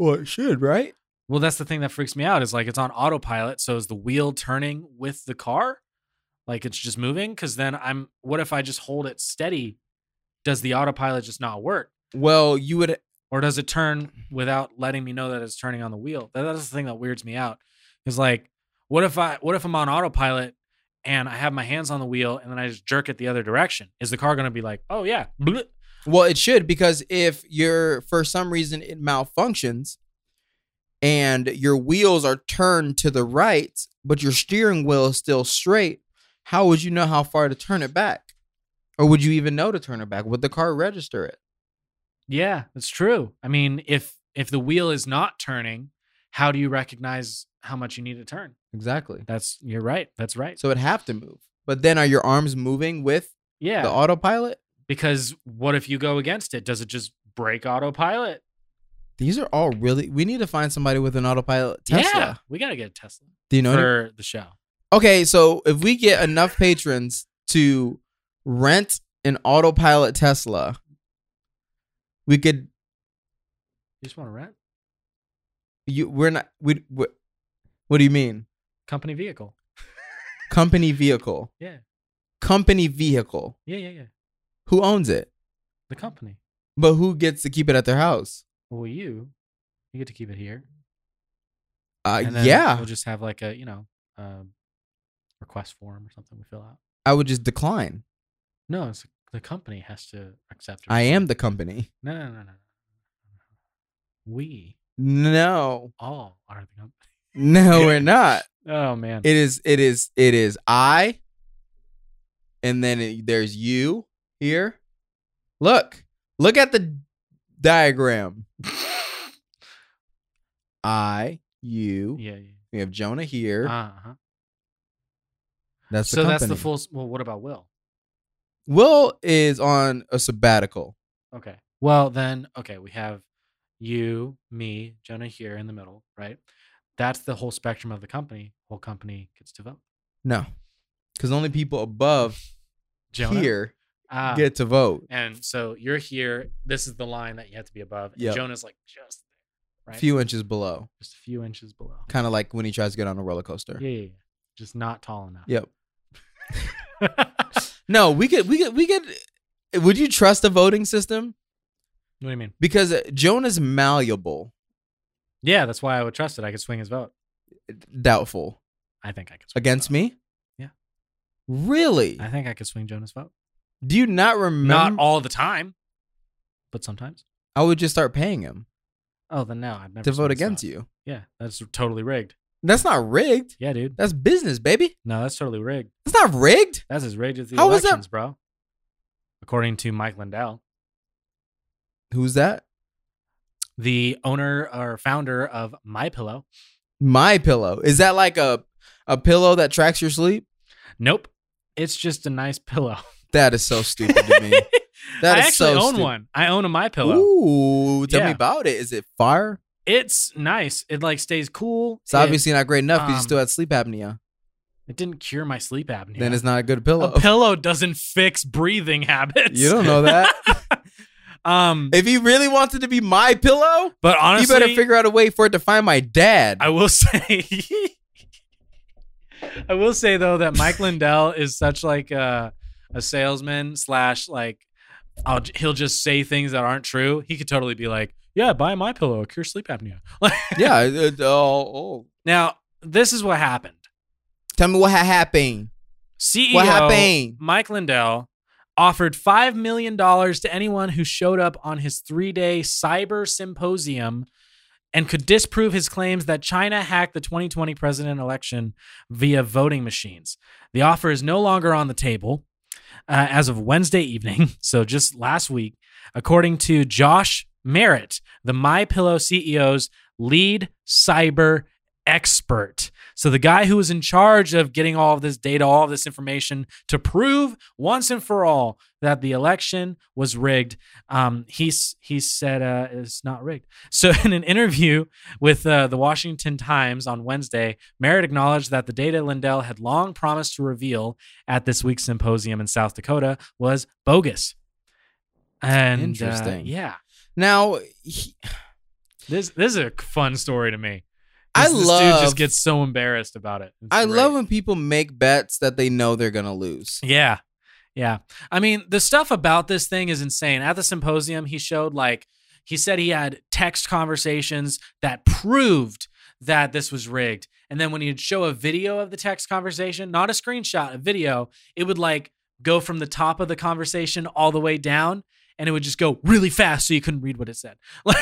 A: well, it should right?
B: Well, that's the thing that freaks me out is like it's on autopilot. So is the wheel turning with the car? Like it's just moving? Because then I'm, what if I just hold it steady? Does the autopilot just not work?
A: Well, you would.
B: Or does it turn without letting me know that it's turning on the wheel? That, that's the thing that weirds me out. Is like, what if I, what if I'm on autopilot and I have my hands on the wheel and then I just jerk it the other direction? Is the car going to be like, oh yeah, bleep.
A: Well, it should because if you're for some reason it malfunctions, and your wheels are turned to the right, but your steering wheel is still straight, how would you know how far to turn it back, or would you even know to turn it back? Would the car register it?
B: Yeah, that's true. I mean, if if the wheel is not turning, how do you recognize how much you need to turn?
A: Exactly.
B: That's you're right. That's right.
A: So it'd have to move. But then are your arms moving with
B: yeah,
A: the autopilot?
B: because what if you go against it? Does it just break autopilot?
A: These are all really we need to find somebody with an autopilot Tesla.
B: Yeah, we gotta get a Tesla
A: Do you know? any-
B: for the show.
A: okay, so if we get enough patrons to rent an autopilot Tesla, we could
B: You just want to rent
A: you we're not we, we what do you mean?
B: company vehicle?
A: Company vehicle.
B: Yeah,
A: Company vehicle.
B: yeah, yeah, yeah.
A: Who owns it?
B: The company.
A: But who gets to keep it at their house?
B: Well, you you get to keep it here.
A: Uh,
B: and then
A: yeah,
B: we'll just have like a you know a request form or something we fill out.
A: I would just decline.
B: No, it's the company has to accept. it.
A: I am the company.
B: No, no, no, no. We
A: No,
B: all are the company.
A: no, we're not.
B: Oh man.
A: It is. It is. It is. I. And then it, there's you here. Look. Look at the diagram. I. You.
B: yeah, yeah.
A: We have Jonah here.
B: Uh-huh.
A: that's the
B: So that's the
A: company.
B: full. s- Well, what about Will?
A: Will is on a sabbatical.
B: Okay. Well, then, okay, we have you, me, Jonah here in the middle, right? That's the whole spectrum of the company. Whole company gets to vote.
A: No, because only people above
B: Jonah
A: here
B: Ah,
A: get to vote.
B: and so you're here. This is the line that you have to be above. And
A: Yep.
B: Jonah's like just
A: A
B: right,
A: Few inches below,
B: just a few inches below.
A: kind of like when he tries to get on a roller coaster.
B: Yeah, yeah, yeah. just not tall enough.
A: Yep. No, we could. We could. We could. Would you trust a voting system?
B: What do you mean?
A: Because Jonah's malleable.
B: Yeah, that's why I would trust it. I could swing his vote.
A: Doubtful.
B: I think I could swing his
A: Against
B: vote.
A: me?
B: Yeah.
A: Really?
B: I think I could swing Jonah's vote.
A: Do you not remember?
B: Not all the time, but sometimes.
A: I would just start paying him
B: Oh, then no, I'd never
A: to
B: swing
A: vote
B: his
A: against you.
B: Yeah, that's totally rigged.
A: That's not rigged.
B: Yeah, dude.
A: That's business, baby.
B: No, that's totally rigged.
A: That's not rigged.
B: That's as rigged as the
A: How is that-
B: elections, bro. According to Mike Lindell,
A: Who's that?
B: the owner or founder of My Pillow.
A: My pillow. Is that like a a pillow that tracks your sleep?
B: Nope, it's just a nice pillow.
A: That is so stupid to me. That
B: I
A: is
B: actually
A: so
B: own
A: stupid.
B: one. I own a My Pillow.
A: Ooh, tell me
B: Yeah.
A: about it. Is it fire?
B: It's nice. It like stays cool.
A: It's
B: it,
A: obviously not great enough because you
B: um,
A: still had sleep apnea.
B: it didn't cure my sleep apnea.
A: Then it's not a good pillow.
B: a pillow doesn't fix breathing habits.
A: You don't know that.
B: um,
A: if he really wants it to be my pillow,
B: but
A: you
B: honestly,
A: better figure out a way for it to find my dad.
B: I will say, I will say though that Mike Lindell is such like a, a salesman slash like, I'll, he'll just say things that aren't true. He could totally be like, "Yeah, buy my pillow, cure sleep apnea."
A: yeah. it- oh, oh.
B: now, this is what happened.
A: Tell me what ha- happened.
B: CEO
A: What happened?
B: Mike E Lindell offered $5 million to anyone who showed up on his three day cyber symposium and could disprove his claims that China hacked the 2020 president election via voting machines. The offer is no longer on the table uh, as of Wednesday evening, so just last week, according to Josh Merritt, the My Pillow CEO's lead cyber expert. So the guy who was in charge of getting all of this data, all of this information to prove once and for all that the election was rigged. Um, he's he said uh, it's not rigged. So in an interview with uh, the Washington Times on Wednesday, Merritt acknowledged that the data Lindell had long promised to reveal at this week's symposium in South Dakota was bogus. And uh,
A: Interesting.
B: yeah,
A: Now, he,
B: this this is a fun story to me.
A: I
B: This- this dude
A: love.
B: just gets so embarrassed about it. It's
A: I
B: great.
A: love when people make bets that they know they're gonna lose.
B: Yeah. Yeah. I mean, the stuff about this thing is insane. At the symposium, he showed like, he said he had text conversations that proved that this was rigged. And then when he'd show a video of the text conversation, not a screenshot, a video, it would like go from the top of the conversation all the way down and it would just go really fast so you couldn't read what it said. Like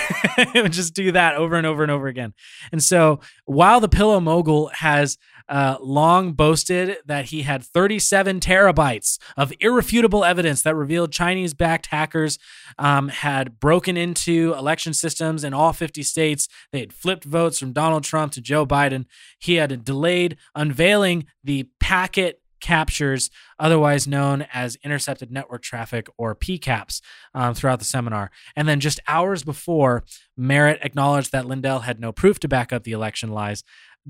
B: it would just do that over and over and over again. And so while the pillow mogul has uh, long boasted that he had 37 terabytes of irrefutable evidence that revealed Chinese backed hackers um, had broken into election systems in all 50 states. They had flipped votes from Donald Trump to Joe Biden. He had delayed unveiling the packet captures, otherwise known as intercepted network traffic or PCAPs, um, throughout the seminar. And then just hours before, Merritt acknowledged that Lindell had no proof to back up the election lies.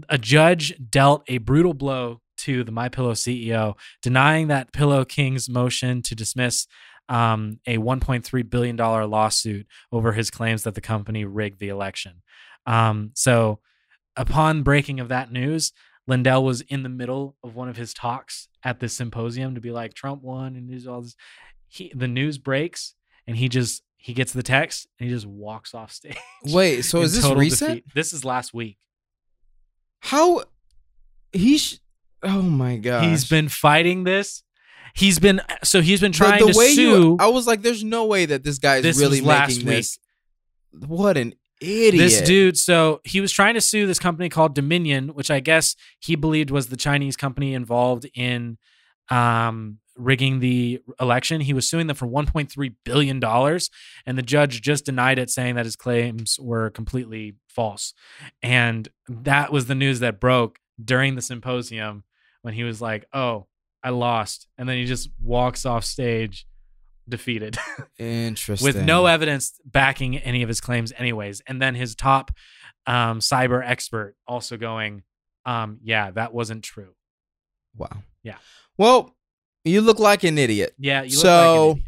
B: A judge dealt a brutal blow to the My Pillow CEO, denying that Pillow King's motion to dismiss um, a $1.3 billion lawsuit over his claims that the company rigged the election. Um, so, upon breaking of that news, Lindell was in the middle of one of his talks at this symposium to be like Trump won and there's all this. He the news breaks and he just he gets the text and he just walks off stage.
A: Wait, so
B: in
A: is this
B: total
A: recent?
B: defeat. This is last week.
A: How he? Sh- oh my god,
B: He's been fighting this. He's been so he's been trying to
A: way
B: sue.
A: you, I was like, there's no way that this guy is
B: This
A: really
B: was last
A: making this. What an idiot!
B: This dude, so he was trying to sue this company called Dominion, which I guess he believed was the Chinese company involved in um, rigging the election. He was suing them for $1.3 billion, and the judge just denied it, saying that his claims were completely false. And that was the news that broke during the symposium when he was like, oh, I lost. And then he just walks off stage defeated
A: Interesting.
B: with no e- evidence backing any of his claims anyways and then his top um, cyber expert also going um, yeah that wasn't true
A: wow.
B: Yeah.
A: Well, you look like an idiot.
B: yeah you look
A: So-
B: like an idiot.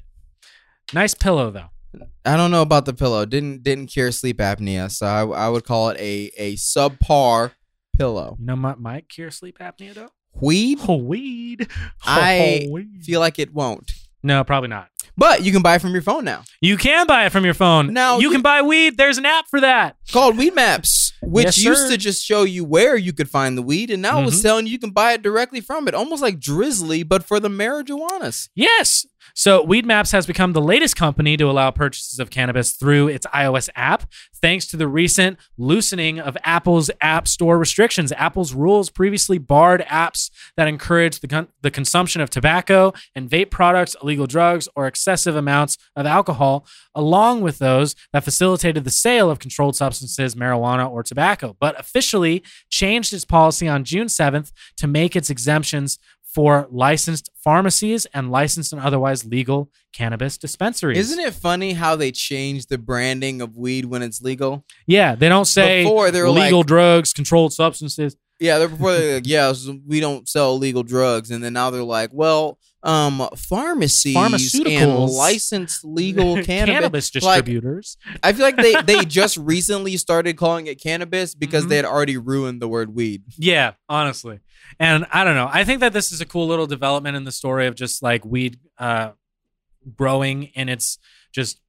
B: nice pillow though
A: I don't know about the pillow. Didn't didn't cure sleep apnea, so I, I would call it a a subpar pillow.
B: you know my might cure sleep apnea though
A: Weed
B: oh, weed
A: I
B: Oh, weed.
A: feel like it won't,
B: no probably not
A: but you can buy it from your phone now.
B: you can buy it from your phone
A: Now,
B: you
A: you-
B: can buy weed there's an app for that
A: Called Weed Maps, which
B: Yes,
A: used
B: sir.
A: to just show you where you could find the weed, and now it was
B: Mhm.
A: telling you you can buy it directly from it, almost like Drizzly, but for the marijuanas.
B: Yes. So Weed Maps has become the latest company to allow purchases of cannabis through its iOS app, thanks to the recent loosening of Apple's App Store restrictions. Apple's rules previously barred apps that encourage the, con- the consumption of tobacco and vape products, illegal drugs, or excessive amounts of alcohol, along with those that facilitated the sale of controlled substances, marijuana, or tobacco, but officially changed its policy on June 7th to make its exemptions for licensed pharmacies and licensed and otherwise legal cannabis dispensaries.
A: Isn't it funny how they change the branding of weed when it's legal?
B: Yeah, they don't say
A: Before, they were
B: legal
A: like-
B: drugs, controlled substances.
A: Yeah, they're before they're like, yeah, so we don't sell illegal drugs, and then now they're like, well, um, pharmacies and
B: Pharmaceuticals.
A: licensed legal cannabis.
B: cannabis
A: like-
B: distributors.
A: I feel like they they just recently started calling it cannabis because
B: Mhm.
A: they had already ruined the word weed.
B: Yeah, honestly. And I don't know. I think that this is a cool little development in the story of just like weed uh, growing and it's just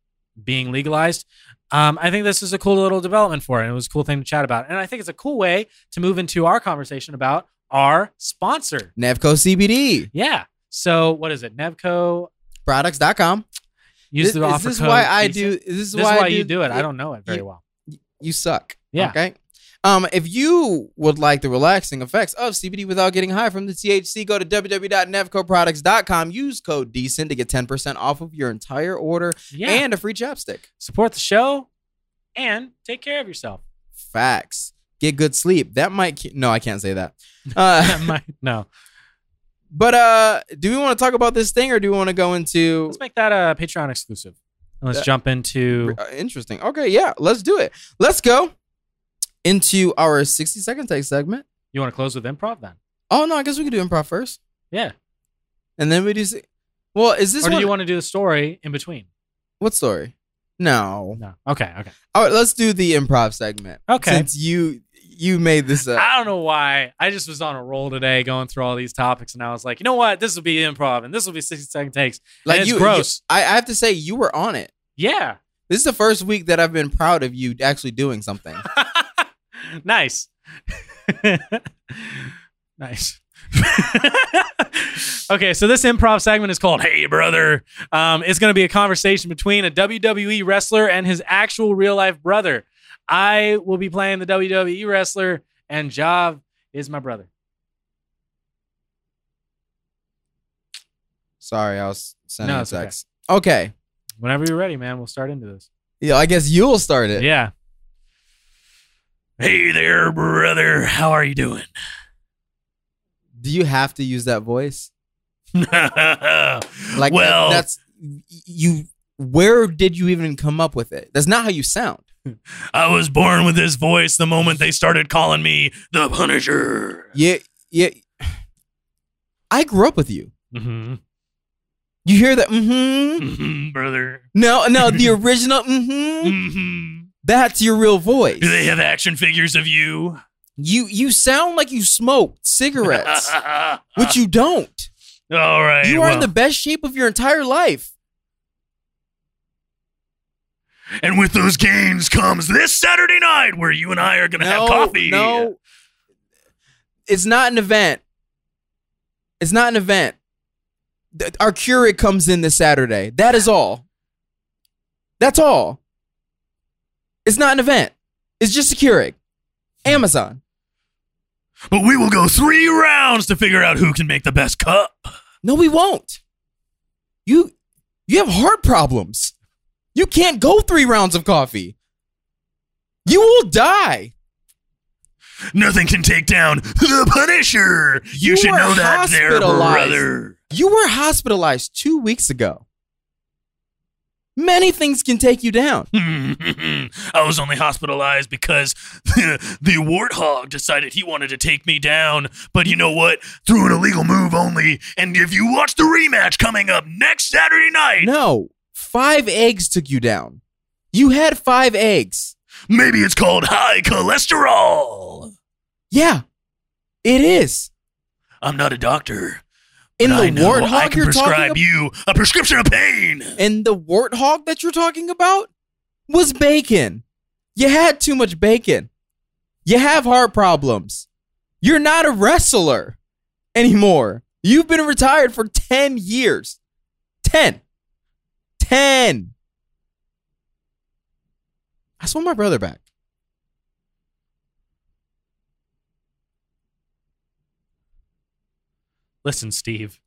B: being legalized. Um, I think this is a cool little development for it. And it was a cool thing to chat about. And I think it's a cool way to move into our conversation about our sponsor.
A: Nevco CBD.
B: Yeah. So what is it? Nevco
A: Products.com.
B: Use
A: this,
B: the offer
A: is this
B: code
A: why I
B: Decent.
A: do. This is
B: This is
A: why, I
B: you do it. I
A: you-
B: don't know it very well.
A: You suck.
B: Yeah.
A: Okay. Um, if you would like the relaxing effects of CBD without getting high from the THC, go to e www.nevcoproducts.com. Use code DECENT to get 10% off of your entire order
B: Yeah.
A: and a free chapstick.
B: Support the show and take care of yourself.
A: Facts. Get good sleep. That might. Ki- no, I can't say that. Uh,
B: My- no.
A: but uh, do we want to talk about this thing or do we want to go into
B: Let's make that a Patreon exclusive. And let's
A: Yeah.
B: jump into
A: Uh, interesting. Okay, yeah, let's do it. Let's go into our 60 second take segment.
B: you want to close with improv then?
A: Oh no, I guess we could do improv first,
B: Yeah.
A: and then we do. si- Well, is this
B: or do
A: one?
B: you want to do the story in between?
A: what story? No.
B: No. Okay, okay.
A: All right, let's do the improv segment.
B: Okay. Ah,
A: Since uh, you you made this up.
B: I don't know why. I just was on a roll today going through all these topics and I was like, you know what? This will be improv and this will be 60 second takes.
A: Like
B: it's
A: you,
B: gross.
A: you- I, I have to say you were on it.
B: Yeah.
A: This is the first week that I've been proud of you actually doing something.
B: nice. nice. okay, so this improv segment is called Hey Brother. Um, it's going to be a conversation between a WWE wrestler and his actual real life brother. I will be playing the WWE wrestler, and Jav is my brother.
A: Sorry, I was sending
B: No,
A: a
B: it's okay.
A: text. Okay.
B: Whenever you're ready, man, we'll start into this.
A: Yeah, I guess you'll start it.
B: Yeah. Hey there, brother. How are you doing?
A: Do you have to use that voice?
B: like
A: Like, that- that's you. Where did you even come up with it? That's not how you sound.
B: I was born with this voice the moment they started calling me the Punisher.
A: Yeah, yeah. I grew up with you.
B: Mm-hmm.
A: You hear that?
B: Hmm.
A: Mm-hmm.
B: brother.
A: No, no, the original. Mm-hmm.
B: Mm-hmm.
A: That's your real voice.
B: Do they have action figures of you?
A: You you sound like you smoked cigarettes, which you don't.
B: All right.
A: You are in the
B: well,
A: best shape of your entire life.
B: and with those gains comes this Saturday night where you and I are going to
A: No,
B: have coffee.
A: no. It's not an event. It's not an event. Th- Our curate comes in this Saturday. That is all. That's all. It's not an event. It's just a Keurig. Amazon.
B: But we will go three rounds to figure out who can make the best cup.
A: No, we won't. You you have heart problems. You can't go three rounds of coffee. You will die.
B: Nothing can take down the Punisher. You,
A: You
B: should
A: were
B: know that, there,
A: hospitalized.
B: brother.
A: You were hospitalized two weeks ago. Many things can take you down.
B: Hmm. I was only hospitalized because the, the warthog decided he wanted to take me down. But you know what? Through an illegal move only. And if you watch the rematch coming up next Saturday night,
A: No, five eggs took you down. You had five eggs.
B: maybe it's called high cholesterol.
A: Yeah, it is.
B: I'm not a doctor.
A: In
B: but
A: the
B: I know I
A: warthog
B: can
A: you're talking
B: prescribe
A: about,
B: you a prescription of pain.
A: and the warthog that you're talking about was bacon. You had too much bacon. You have heart problems. You're not a wrestler anymore. You've been retired for 10 years. 10. 10. I just want my brother back.
B: Listen, Steve.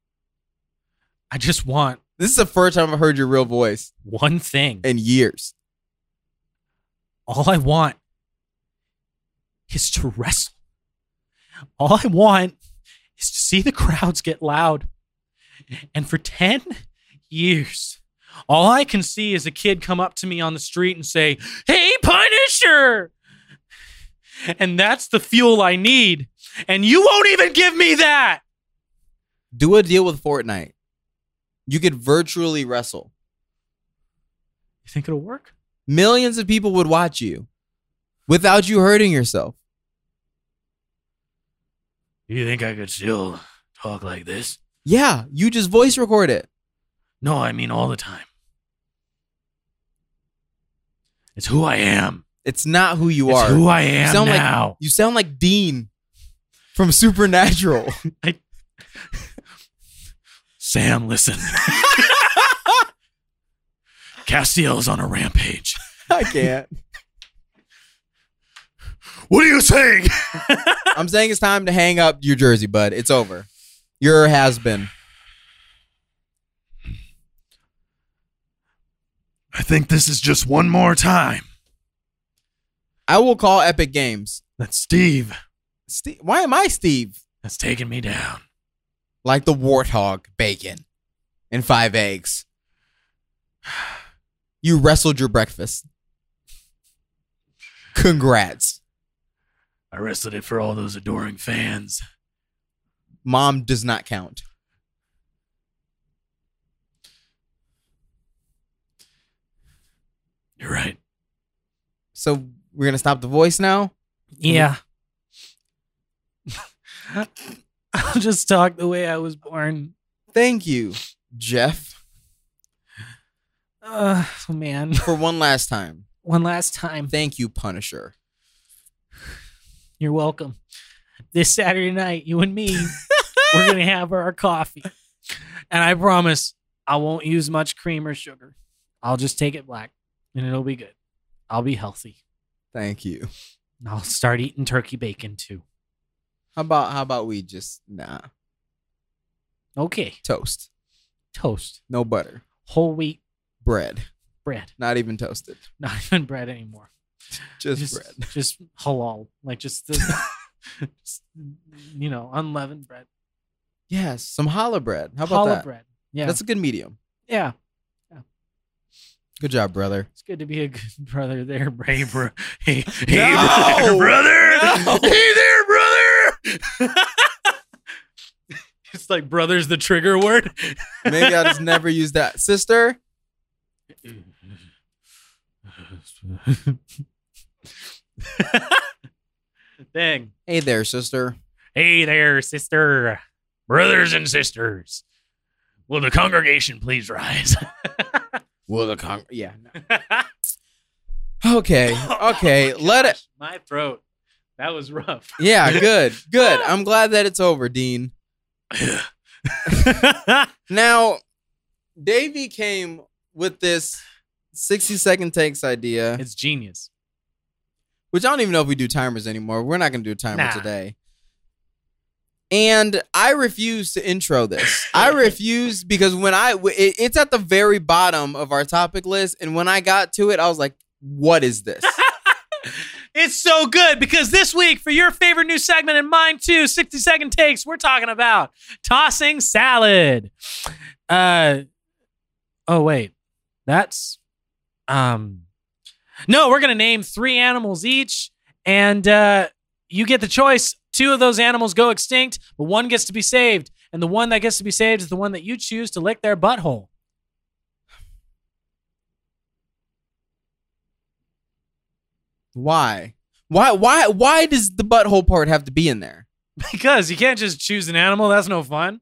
B: I just want
A: This is the first time I've heard your real voice
B: one thing.
A: in years.
B: All I want is to wrestle. All I want is to see the crowds get loud. And for 10 years, all I can see is a kid come up to me on the street and say, Hey, Punisher! And that's the fuel I need. And you won't even give me that.
A: Do a deal with Fortnite. You could virtually wrestle.
B: You think it'll work?
A: Millions of people would watch you without you hurting yourself.
B: You think I could still talk like this?
A: Yeah, you just voice record it.
B: No, I mean all the time. It's who I am.
A: It's not who you are.
B: It's who I
A: you
B: am
A: sound like
B: now.
A: you sound like Dean from Supernatural.
B: Sam, listen. Castiel is on a rampage.
A: I can't.
B: What are you saying?
A: I'm saying it's time to hang up your jersey, bud. It's over. Your has been.
B: I think this is just one more time
A: I will call Epic Games.
B: that Steve
A: Steve, why am I Steve?
B: has taken me down.
A: Like the warthog, bacon, and five eggs. You wrestled your breakfast. Congrats.
B: I wrestled it for all those adoring fans.
A: Mom does not count.
B: You're right.
A: So we're gonna stop the voice now.
B: Yeah. I'll just talk the way I was born.
A: Thank you, Jeff,
B: Oh, man.
A: for one last time.
B: One last time.
A: Thank you, Punisher.
B: You're welcome. This Saturday night, you and me, we're going to have our coffee. And I promise I won't use much cream or sugar. I'll just take it black and it'll be good. I'll be healthy.
A: Thank you.
B: And I'll start eating turkey bacon too.
A: How about how about we just nah
B: Okay.
A: toast,
B: Toast,
A: no butter,
B: whole wheat
A: bread,
B: bread,
A: not even toasted,
B: not even bread anymore.
A: just, bread.
B: Just halal. Like just the, just, you know, unleavened bread.
A: Yes, some challah bread. How about
B: Challah
A: that?
B: bread. Yeah.
A: That's a good medium.
B: yeah.
A: Good job, brother.
B: It's good to be a good brother there, brave bro. Hey,
A: hey, No!
B: brother.
A: No!
B: Hey there, brother. it's like brother's the trigger word.
A: Maybe I'll just never use that. Sister,
B: Dang.
A: hey there, sister.
B: Hey there, sister. Brothers and sisters. Will the congregation please rise?
A: Will the con? Yeah.
B: Oh
A: Okay. Okay. Let it.
B: My throat. That was rough.
A: Yeah. Good. Good. I'm glad that it's over, Dean. Now, Davey came with this 60 second takes idea,
B: it's genius.
A: which I don't even know if we do timers anymore. We're not going to do a timer
B: Nah.
A: today. And I refuse to intro this. I refuse because when I, w- it- it's at the very bottom of our topic list. And when I got to it, I was like, what is this?
B: It's so good because this week, for your favorite new segment and mine too, 60 second takes, we're talking about tossing salad. Uh oh wait. That's um no, we're gonna name three animals each, and uh you get the choice. Two of those animals go extinct, but one gets to be saved, and the one that gets to be saved is the one that you choose to lick their butthole.
A: Why? Why? Why? Why does the butthole part have to be in there?
B: Because you can't just choose an animal, that's no fun.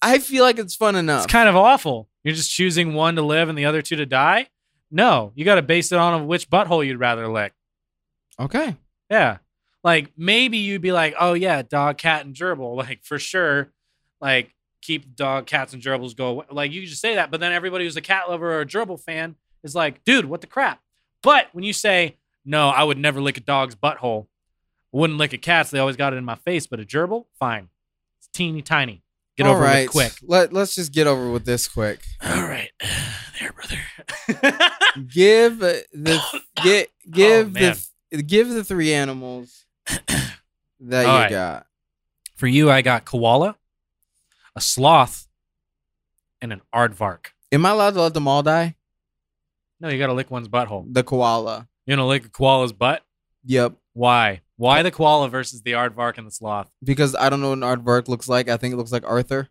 A: I feel like it's fun enough.
B: It's kind of awful. You're just choosing one to live and the other two to die. No, you got to base it on which butthole you'd rather lick.
A: okay.
B: Yeah. Like maybe you'd be like, oh yeah, dog, cat, and gerbil. Like for sure, like keep dog, cats, and gerbils go away. Like you could just say that, but then everybody who's a cat lover or a gerbil fan is like, dude, what the crap? But when you say, no, I would never lick a dog's butthole, I wouldn't lick a cat's, they always got it in my face, but a gerbil, fine. It's teeny tiny. Get
A: All
B: over
A: right.
B: it quick.
A: Let Let's just get over with this quick.
B: All right. There, brother.
A: Give uh, the get give
B: man.
A: the th- give the three animals that
B: All
A: you
B: right.
A: got.
B: For you, I got koala, a sloth, and an aardvark.
A: Am I allowed to let them all die?
B: No, you got to lick one's butthole.
A: The koala.
B: You're going to lick a koala's butt?
A: Yep.
B: Why? Why the koala versus the aardvark and the sloth?
A: Because I don't know what an aardvark looks like. I think it looks like Arthur,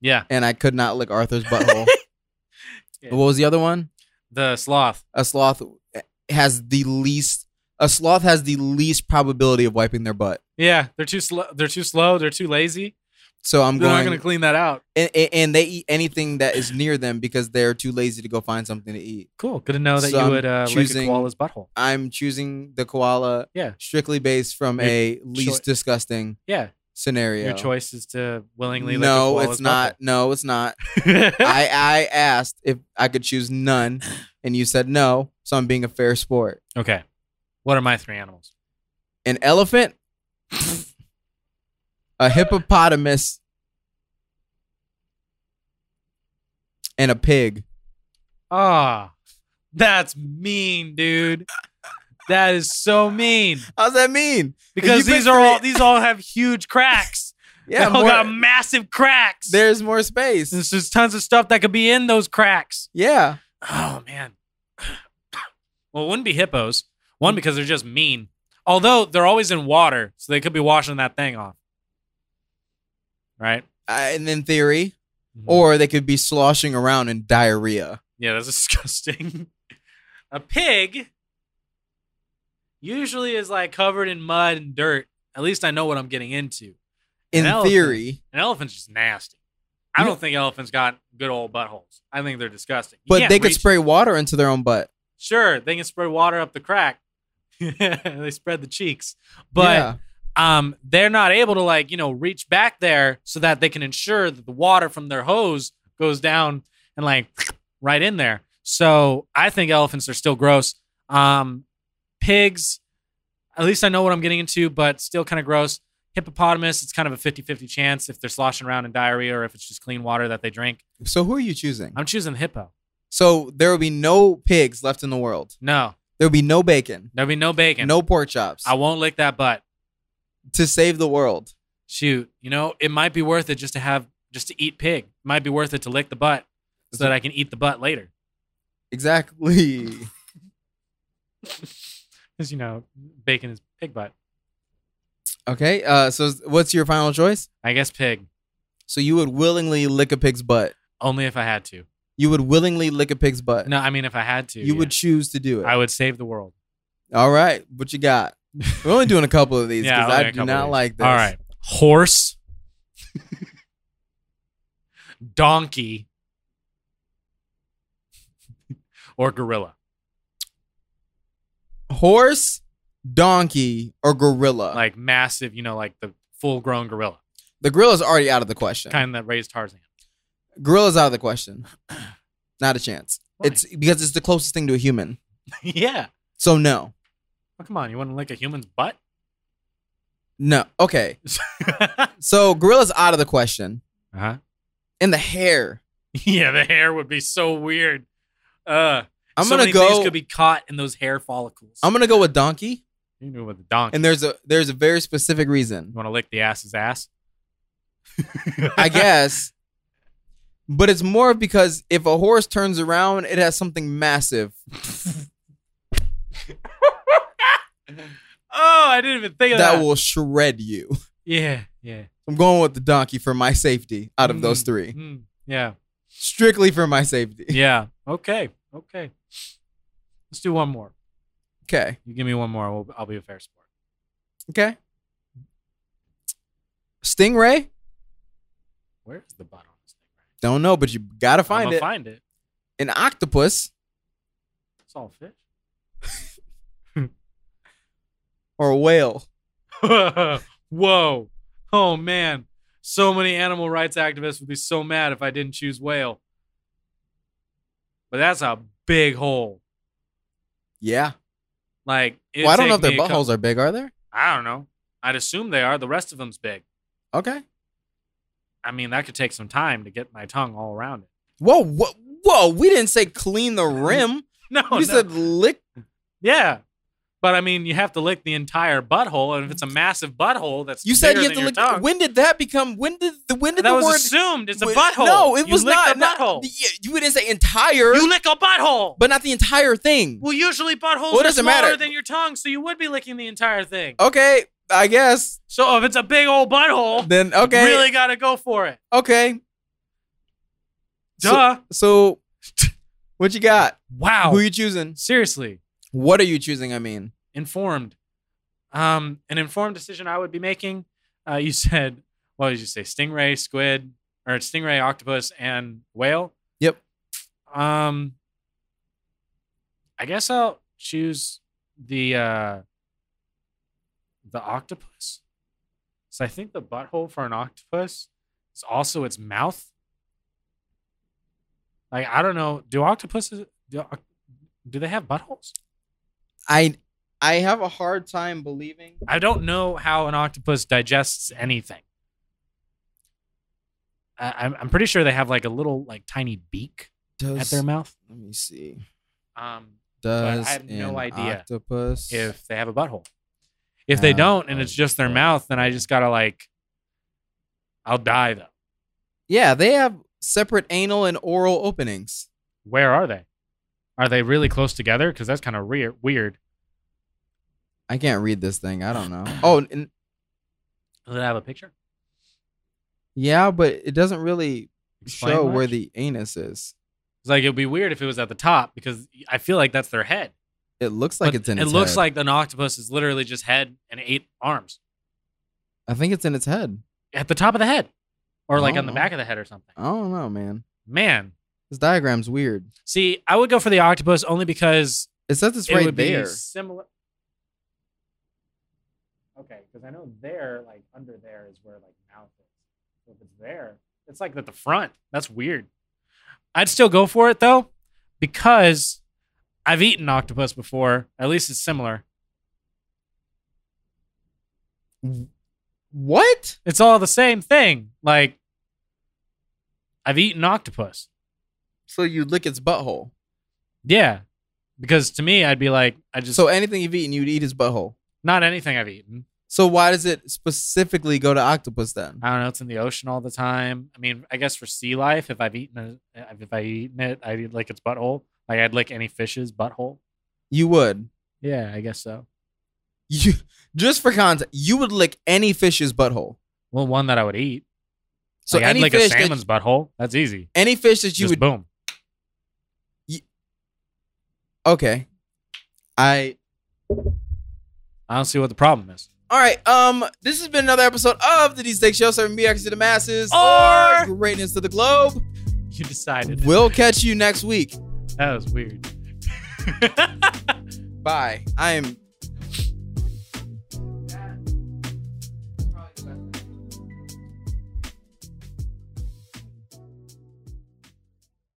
B: Yeah.
A: and I could not lick Arthur's butthole.
B: Yeah.
A: What was the other one?
B: The sloth.
A: a sloth eh, has the least a sloth has the least probability of wiping their butt.
B: Yeah, they're too slow. They're too slow. They're too lazy.
A: So I'm
B: They're not
A: going,
B: going to clean that out.
A: and, and- and they eat anything that is near them because they're too lazy to go find something to eat.
B: Cool. Good to know that
A: So
B: you
A: I'm
B: would uh, lick a
A: choosing-
B: koala's butthole.
A: I'm choosing the koala
B: Yeah.
A: strictly based from
B: Your
A: a least
B: choi-
A: disgusting
B: Yeah.
A: scenario.
B: Your choice is to willingly
A: No,
B: lick a koala's
A: it's not. No, it's not.
B: butthole.
A: I I asked if I could choose none, and you said no, so I'm being a fair sport.
B: Okay. What are my three animals?
A: An elephant, a hippopotamus, and a pig.
B: Ah, that's mean, dude. That is so mean
A: How's that mean?
B: because
A: you
B: these
A: pick
B: are all
A: three-
B: these all have huge cracks.
A: Yeah,
B: they all
A: more-
B: got massive cracks.
A: there's more space.
B: There's just tons of stuff that could be in those cracks.
A: Yeah.
B: Oh man. Well, it wouldn't be hippos. One
A: Mm.
B: because they're just mean. Although they're always in water, so they could be washing that thing off. Right?
A: I, and in theory,
B: Mm-hmm.
A: or they could be sloshing around in diarrhea.
B: Yeah, that's disgusting. a pig usually is like covered in mud and dirt. At least I know what I'm getting into.
A: In
B: An elephant.
A: theory,
B: An elephant's just nasty. I
A: You-
B: don't think elephants got good old buttholes. I think they're disgusting. You
A: but
B: can't
A: they could
B: reach-
A: spray water into their own butt.
B: Sure, they can spread water up the crack. they spread the cheeks, but
A: Yeah.
B: um, they're not able to like you know reach back there so that they can ensure that the water from their hose goes down and like right in there. So I think elephants are still gross. Um, pigs, at least I know what I'm getting into, but still kind of gross. Hippopotamus, it's kind of a 50 50 chance if they're sloshing around in diarrhea or if it's just clean water that they drink.
A: so who are you choosing?
B: I'm choosing hippo.
A: So there will be no pigs left in the world.
B: No,
A: There will be no bacon,
B: there'll be no bacon.
A: no pork chops
B: I won't lick that butt.
A: to save the world.
B: shoot, you know, it might be worth it just to have just to eat pig. It might be worth it to lick the butt so that I can eat the butt later.
A: Exactly.
B: Because you know, bacon is pig butt.
A: okay. Uh, so what's your final choice?
B: I guess pig.
A: So you would willingly lick a pig's butt.
B: Only if I had to.
A: You would willingly lick a pig's butt.
B: No, I mean if I had to.
A: you
B: yeah.
A: would choose to do it.
B: I would save the world.
A: All right. What you got? We're only doing a couple of these
B: Yeah,
A: because
B: only
A: I
B: a
A: do
B: couple
A: not
B: of these.
A: like this.
B: All right. Horse. donkey. or gorilla.
A: Horse, donkey, or gorilla?
B: Like massive, you know, like the full grown gorilla.
A: the gorilla's already out of the question.
B: Kind that raised Tarzan.
A: Gorilla's out of the question. Not a chance.
B: Why?
A: It's because it's the closest thing to a human.
B: yeah.
A: So no.
B: Oh, come on, you want to lick a human's butt?
A: No. Okay.
B: uh
A: So gorilla's out of the question.
B: huh.
A: And the hair.
B: Yeah, the hair would be so weird. Uh,
A: I'm
B: so
A: gonna
B: many things
A: go
B: Could be caught in those hair follicles.
A: I'm gonna go with donkey.
B: you knew with the donkey.
A: And there's a there's a very specific
B: you
A: reason.
B: want to lick the ass's ass?
A: I guess. But it's more because if a horse turns around, it has something massive.
B: Oh, I didn't even think of that.
A: that will shred you.
B: yeah, yeah.
A: I'm going with the donkey for my safety out of those
B: Mm,
A: three.
B: mm, yeah,
A: Strictly for my safety.
B: yeah. Okay, okay. Let's do one more.
A: Okay.
B: You give me one more. I'll, I'll be a fair sport.
A: Okay. Stingray?
B: Where is the butt on this thing?
A: Don't know, but you gotta
B: I'm
A: find
B: gonna
A: it.
B: Find it.
A: An octopus
B: It's all fish.
A: or a whale?
B: Whoa. Oh man. So many animal rights activists would be so mad if I didn't choose whale. But that's a big hole.
A: Yeah.
B: Like it'd
A: Well, I don't
B: take
A: know if their
B: me a cou-
A: buttholes are big, are there?
B: I don't know. I'd assume they are. The rest of them's big.
A: Okay.
B: I mean, that could take some time to get my tongue all around it.
A: Whoa, whoa, whoa. We didn't say clean the rim. we
B: No, Mm. Oh, no.
A: said lick.
B: yeah. But I mean, you have to lick the entire butthole, and if it's a massive butthole, that's
A: You said
B: bigger
A: you have
B: than
A: to
B: your
A: lick.
B: Tongue,
A: When did that become? When did the when did
B: that
A: the
B: was
A: word?
B: assumed. It's a
A: when-
B: butthole.
A: No, it
B: You
A: was
B: lick
A: not.
B: the
A: not-
B: butthole.
A: yeah, you didn't say entire,
B: you lick a butthole.
A: but not the entire thing.
B: Well, usually buttholes
A: Well, it
B: are
A: doesn't
B: smaller
A: matter. Oh.
B: than your tongue, so you would be licking the entire thing.
A: Okay, I guess.
B: So if it's a big old butthole,
A: Then okay.
B: really gotta go for it.
A: Okay. So-
B: Duh.
A: So, what you got?
B: wow.
A: Who you choosing?
B: Seriously,
A: What are you choosing? I mean,
B: informed. Um, an informed decision I would be making. Uh, you said, what did you say? Stingray, squid, or stingray, octopus, and whale.
A: Yep.
B: Um, I guess I'll choose the uh, the octopus. So I think the butthole for an octopus is also its mouth. Like I don't know, do octopuses do, oc- Do they have buttholes?
A: I I have a hard time believing.
B: I don't know how an octopus digests anything. I, I'm, I'm pretty sure they have like a little like tiny beak
A: Does
B: at their mouth.
A: let me see.
B: Um, I
A: Does
B: have no
A: an
B: idea
A: octopus
B: if they have a butthole. If they
A: Have
B: don't, and
A: a
B: it's just their
A: butthole.
B: mouth, then I just gotta like, I'll die though.
A: Yeah, they have separate anal and oral openings.
B: Where are they? Are they really close together? Because that's kind of re- weird.
A: I can't read this thing. I don't know. Oh, and,
B: Do they have a picture?
A: yeah, but it doesn't really
B: Explain
A: show where
B: much?
A: the anus is.
B: It's like it'd be weird if it was at the top because I feel like that's their head.
A: It looks like
B: But
A: it's in.
B: It
A: its
B: looks
A: head.
B: like an octopus is literally just head and eight arms
A: I think it's in its head.
B: at the top of the head, or like
A: Oh.
B: on the back of the head or something.
A: I don't know, man.
B: Man,
A: This diagram's weird.
B: see, I would go for the octopus only because
A: It says it's
B: it
A: right
B: would
A: there.
B: be similar. Okay, because I know there, like under there, is where like mouth is. So if it's there, it's like at the front. That's weird. I'd still go for it though, because I've eaten octopus before. At least it's similar.
A: What?
B: It's all the same thing. Like I've eaten octopus.
A: So you lick its butthole.
B: Yeah. Because to me, I'd be like, I just
A: So anything you've eaten, you'd eat its butthole.
B: not anything I've eaten.
A: So why does it specifically go to octopus then?
B: I don't know. It's in the ocean all the time. I mean, I guess for sea life, if I've eaten it, if I eaten it, I'd like its butthole. Like I'd lick any fish's butthole.
A: You would.
B: Yeah, I guess so.
A: You just for context, you would lick any fish's butthole.
B: Well, one that I would eat.
A: So
B: like, I'd
A: any
B: lick a
A: fish, that,
B: salmon's butthole. That's easy.
A: any fish that you
B: just
A: would
B: boom.
A: Okay. I
B: I don't see what the problem is.
A: all right. Um, this has been another episode of the D Steak Show, serving mediocrity to the masses
B: Or-
A: greatness to the globe.
B: You decided.
A: We'll catch you next week.
B: That was weird.
A: Bye. I am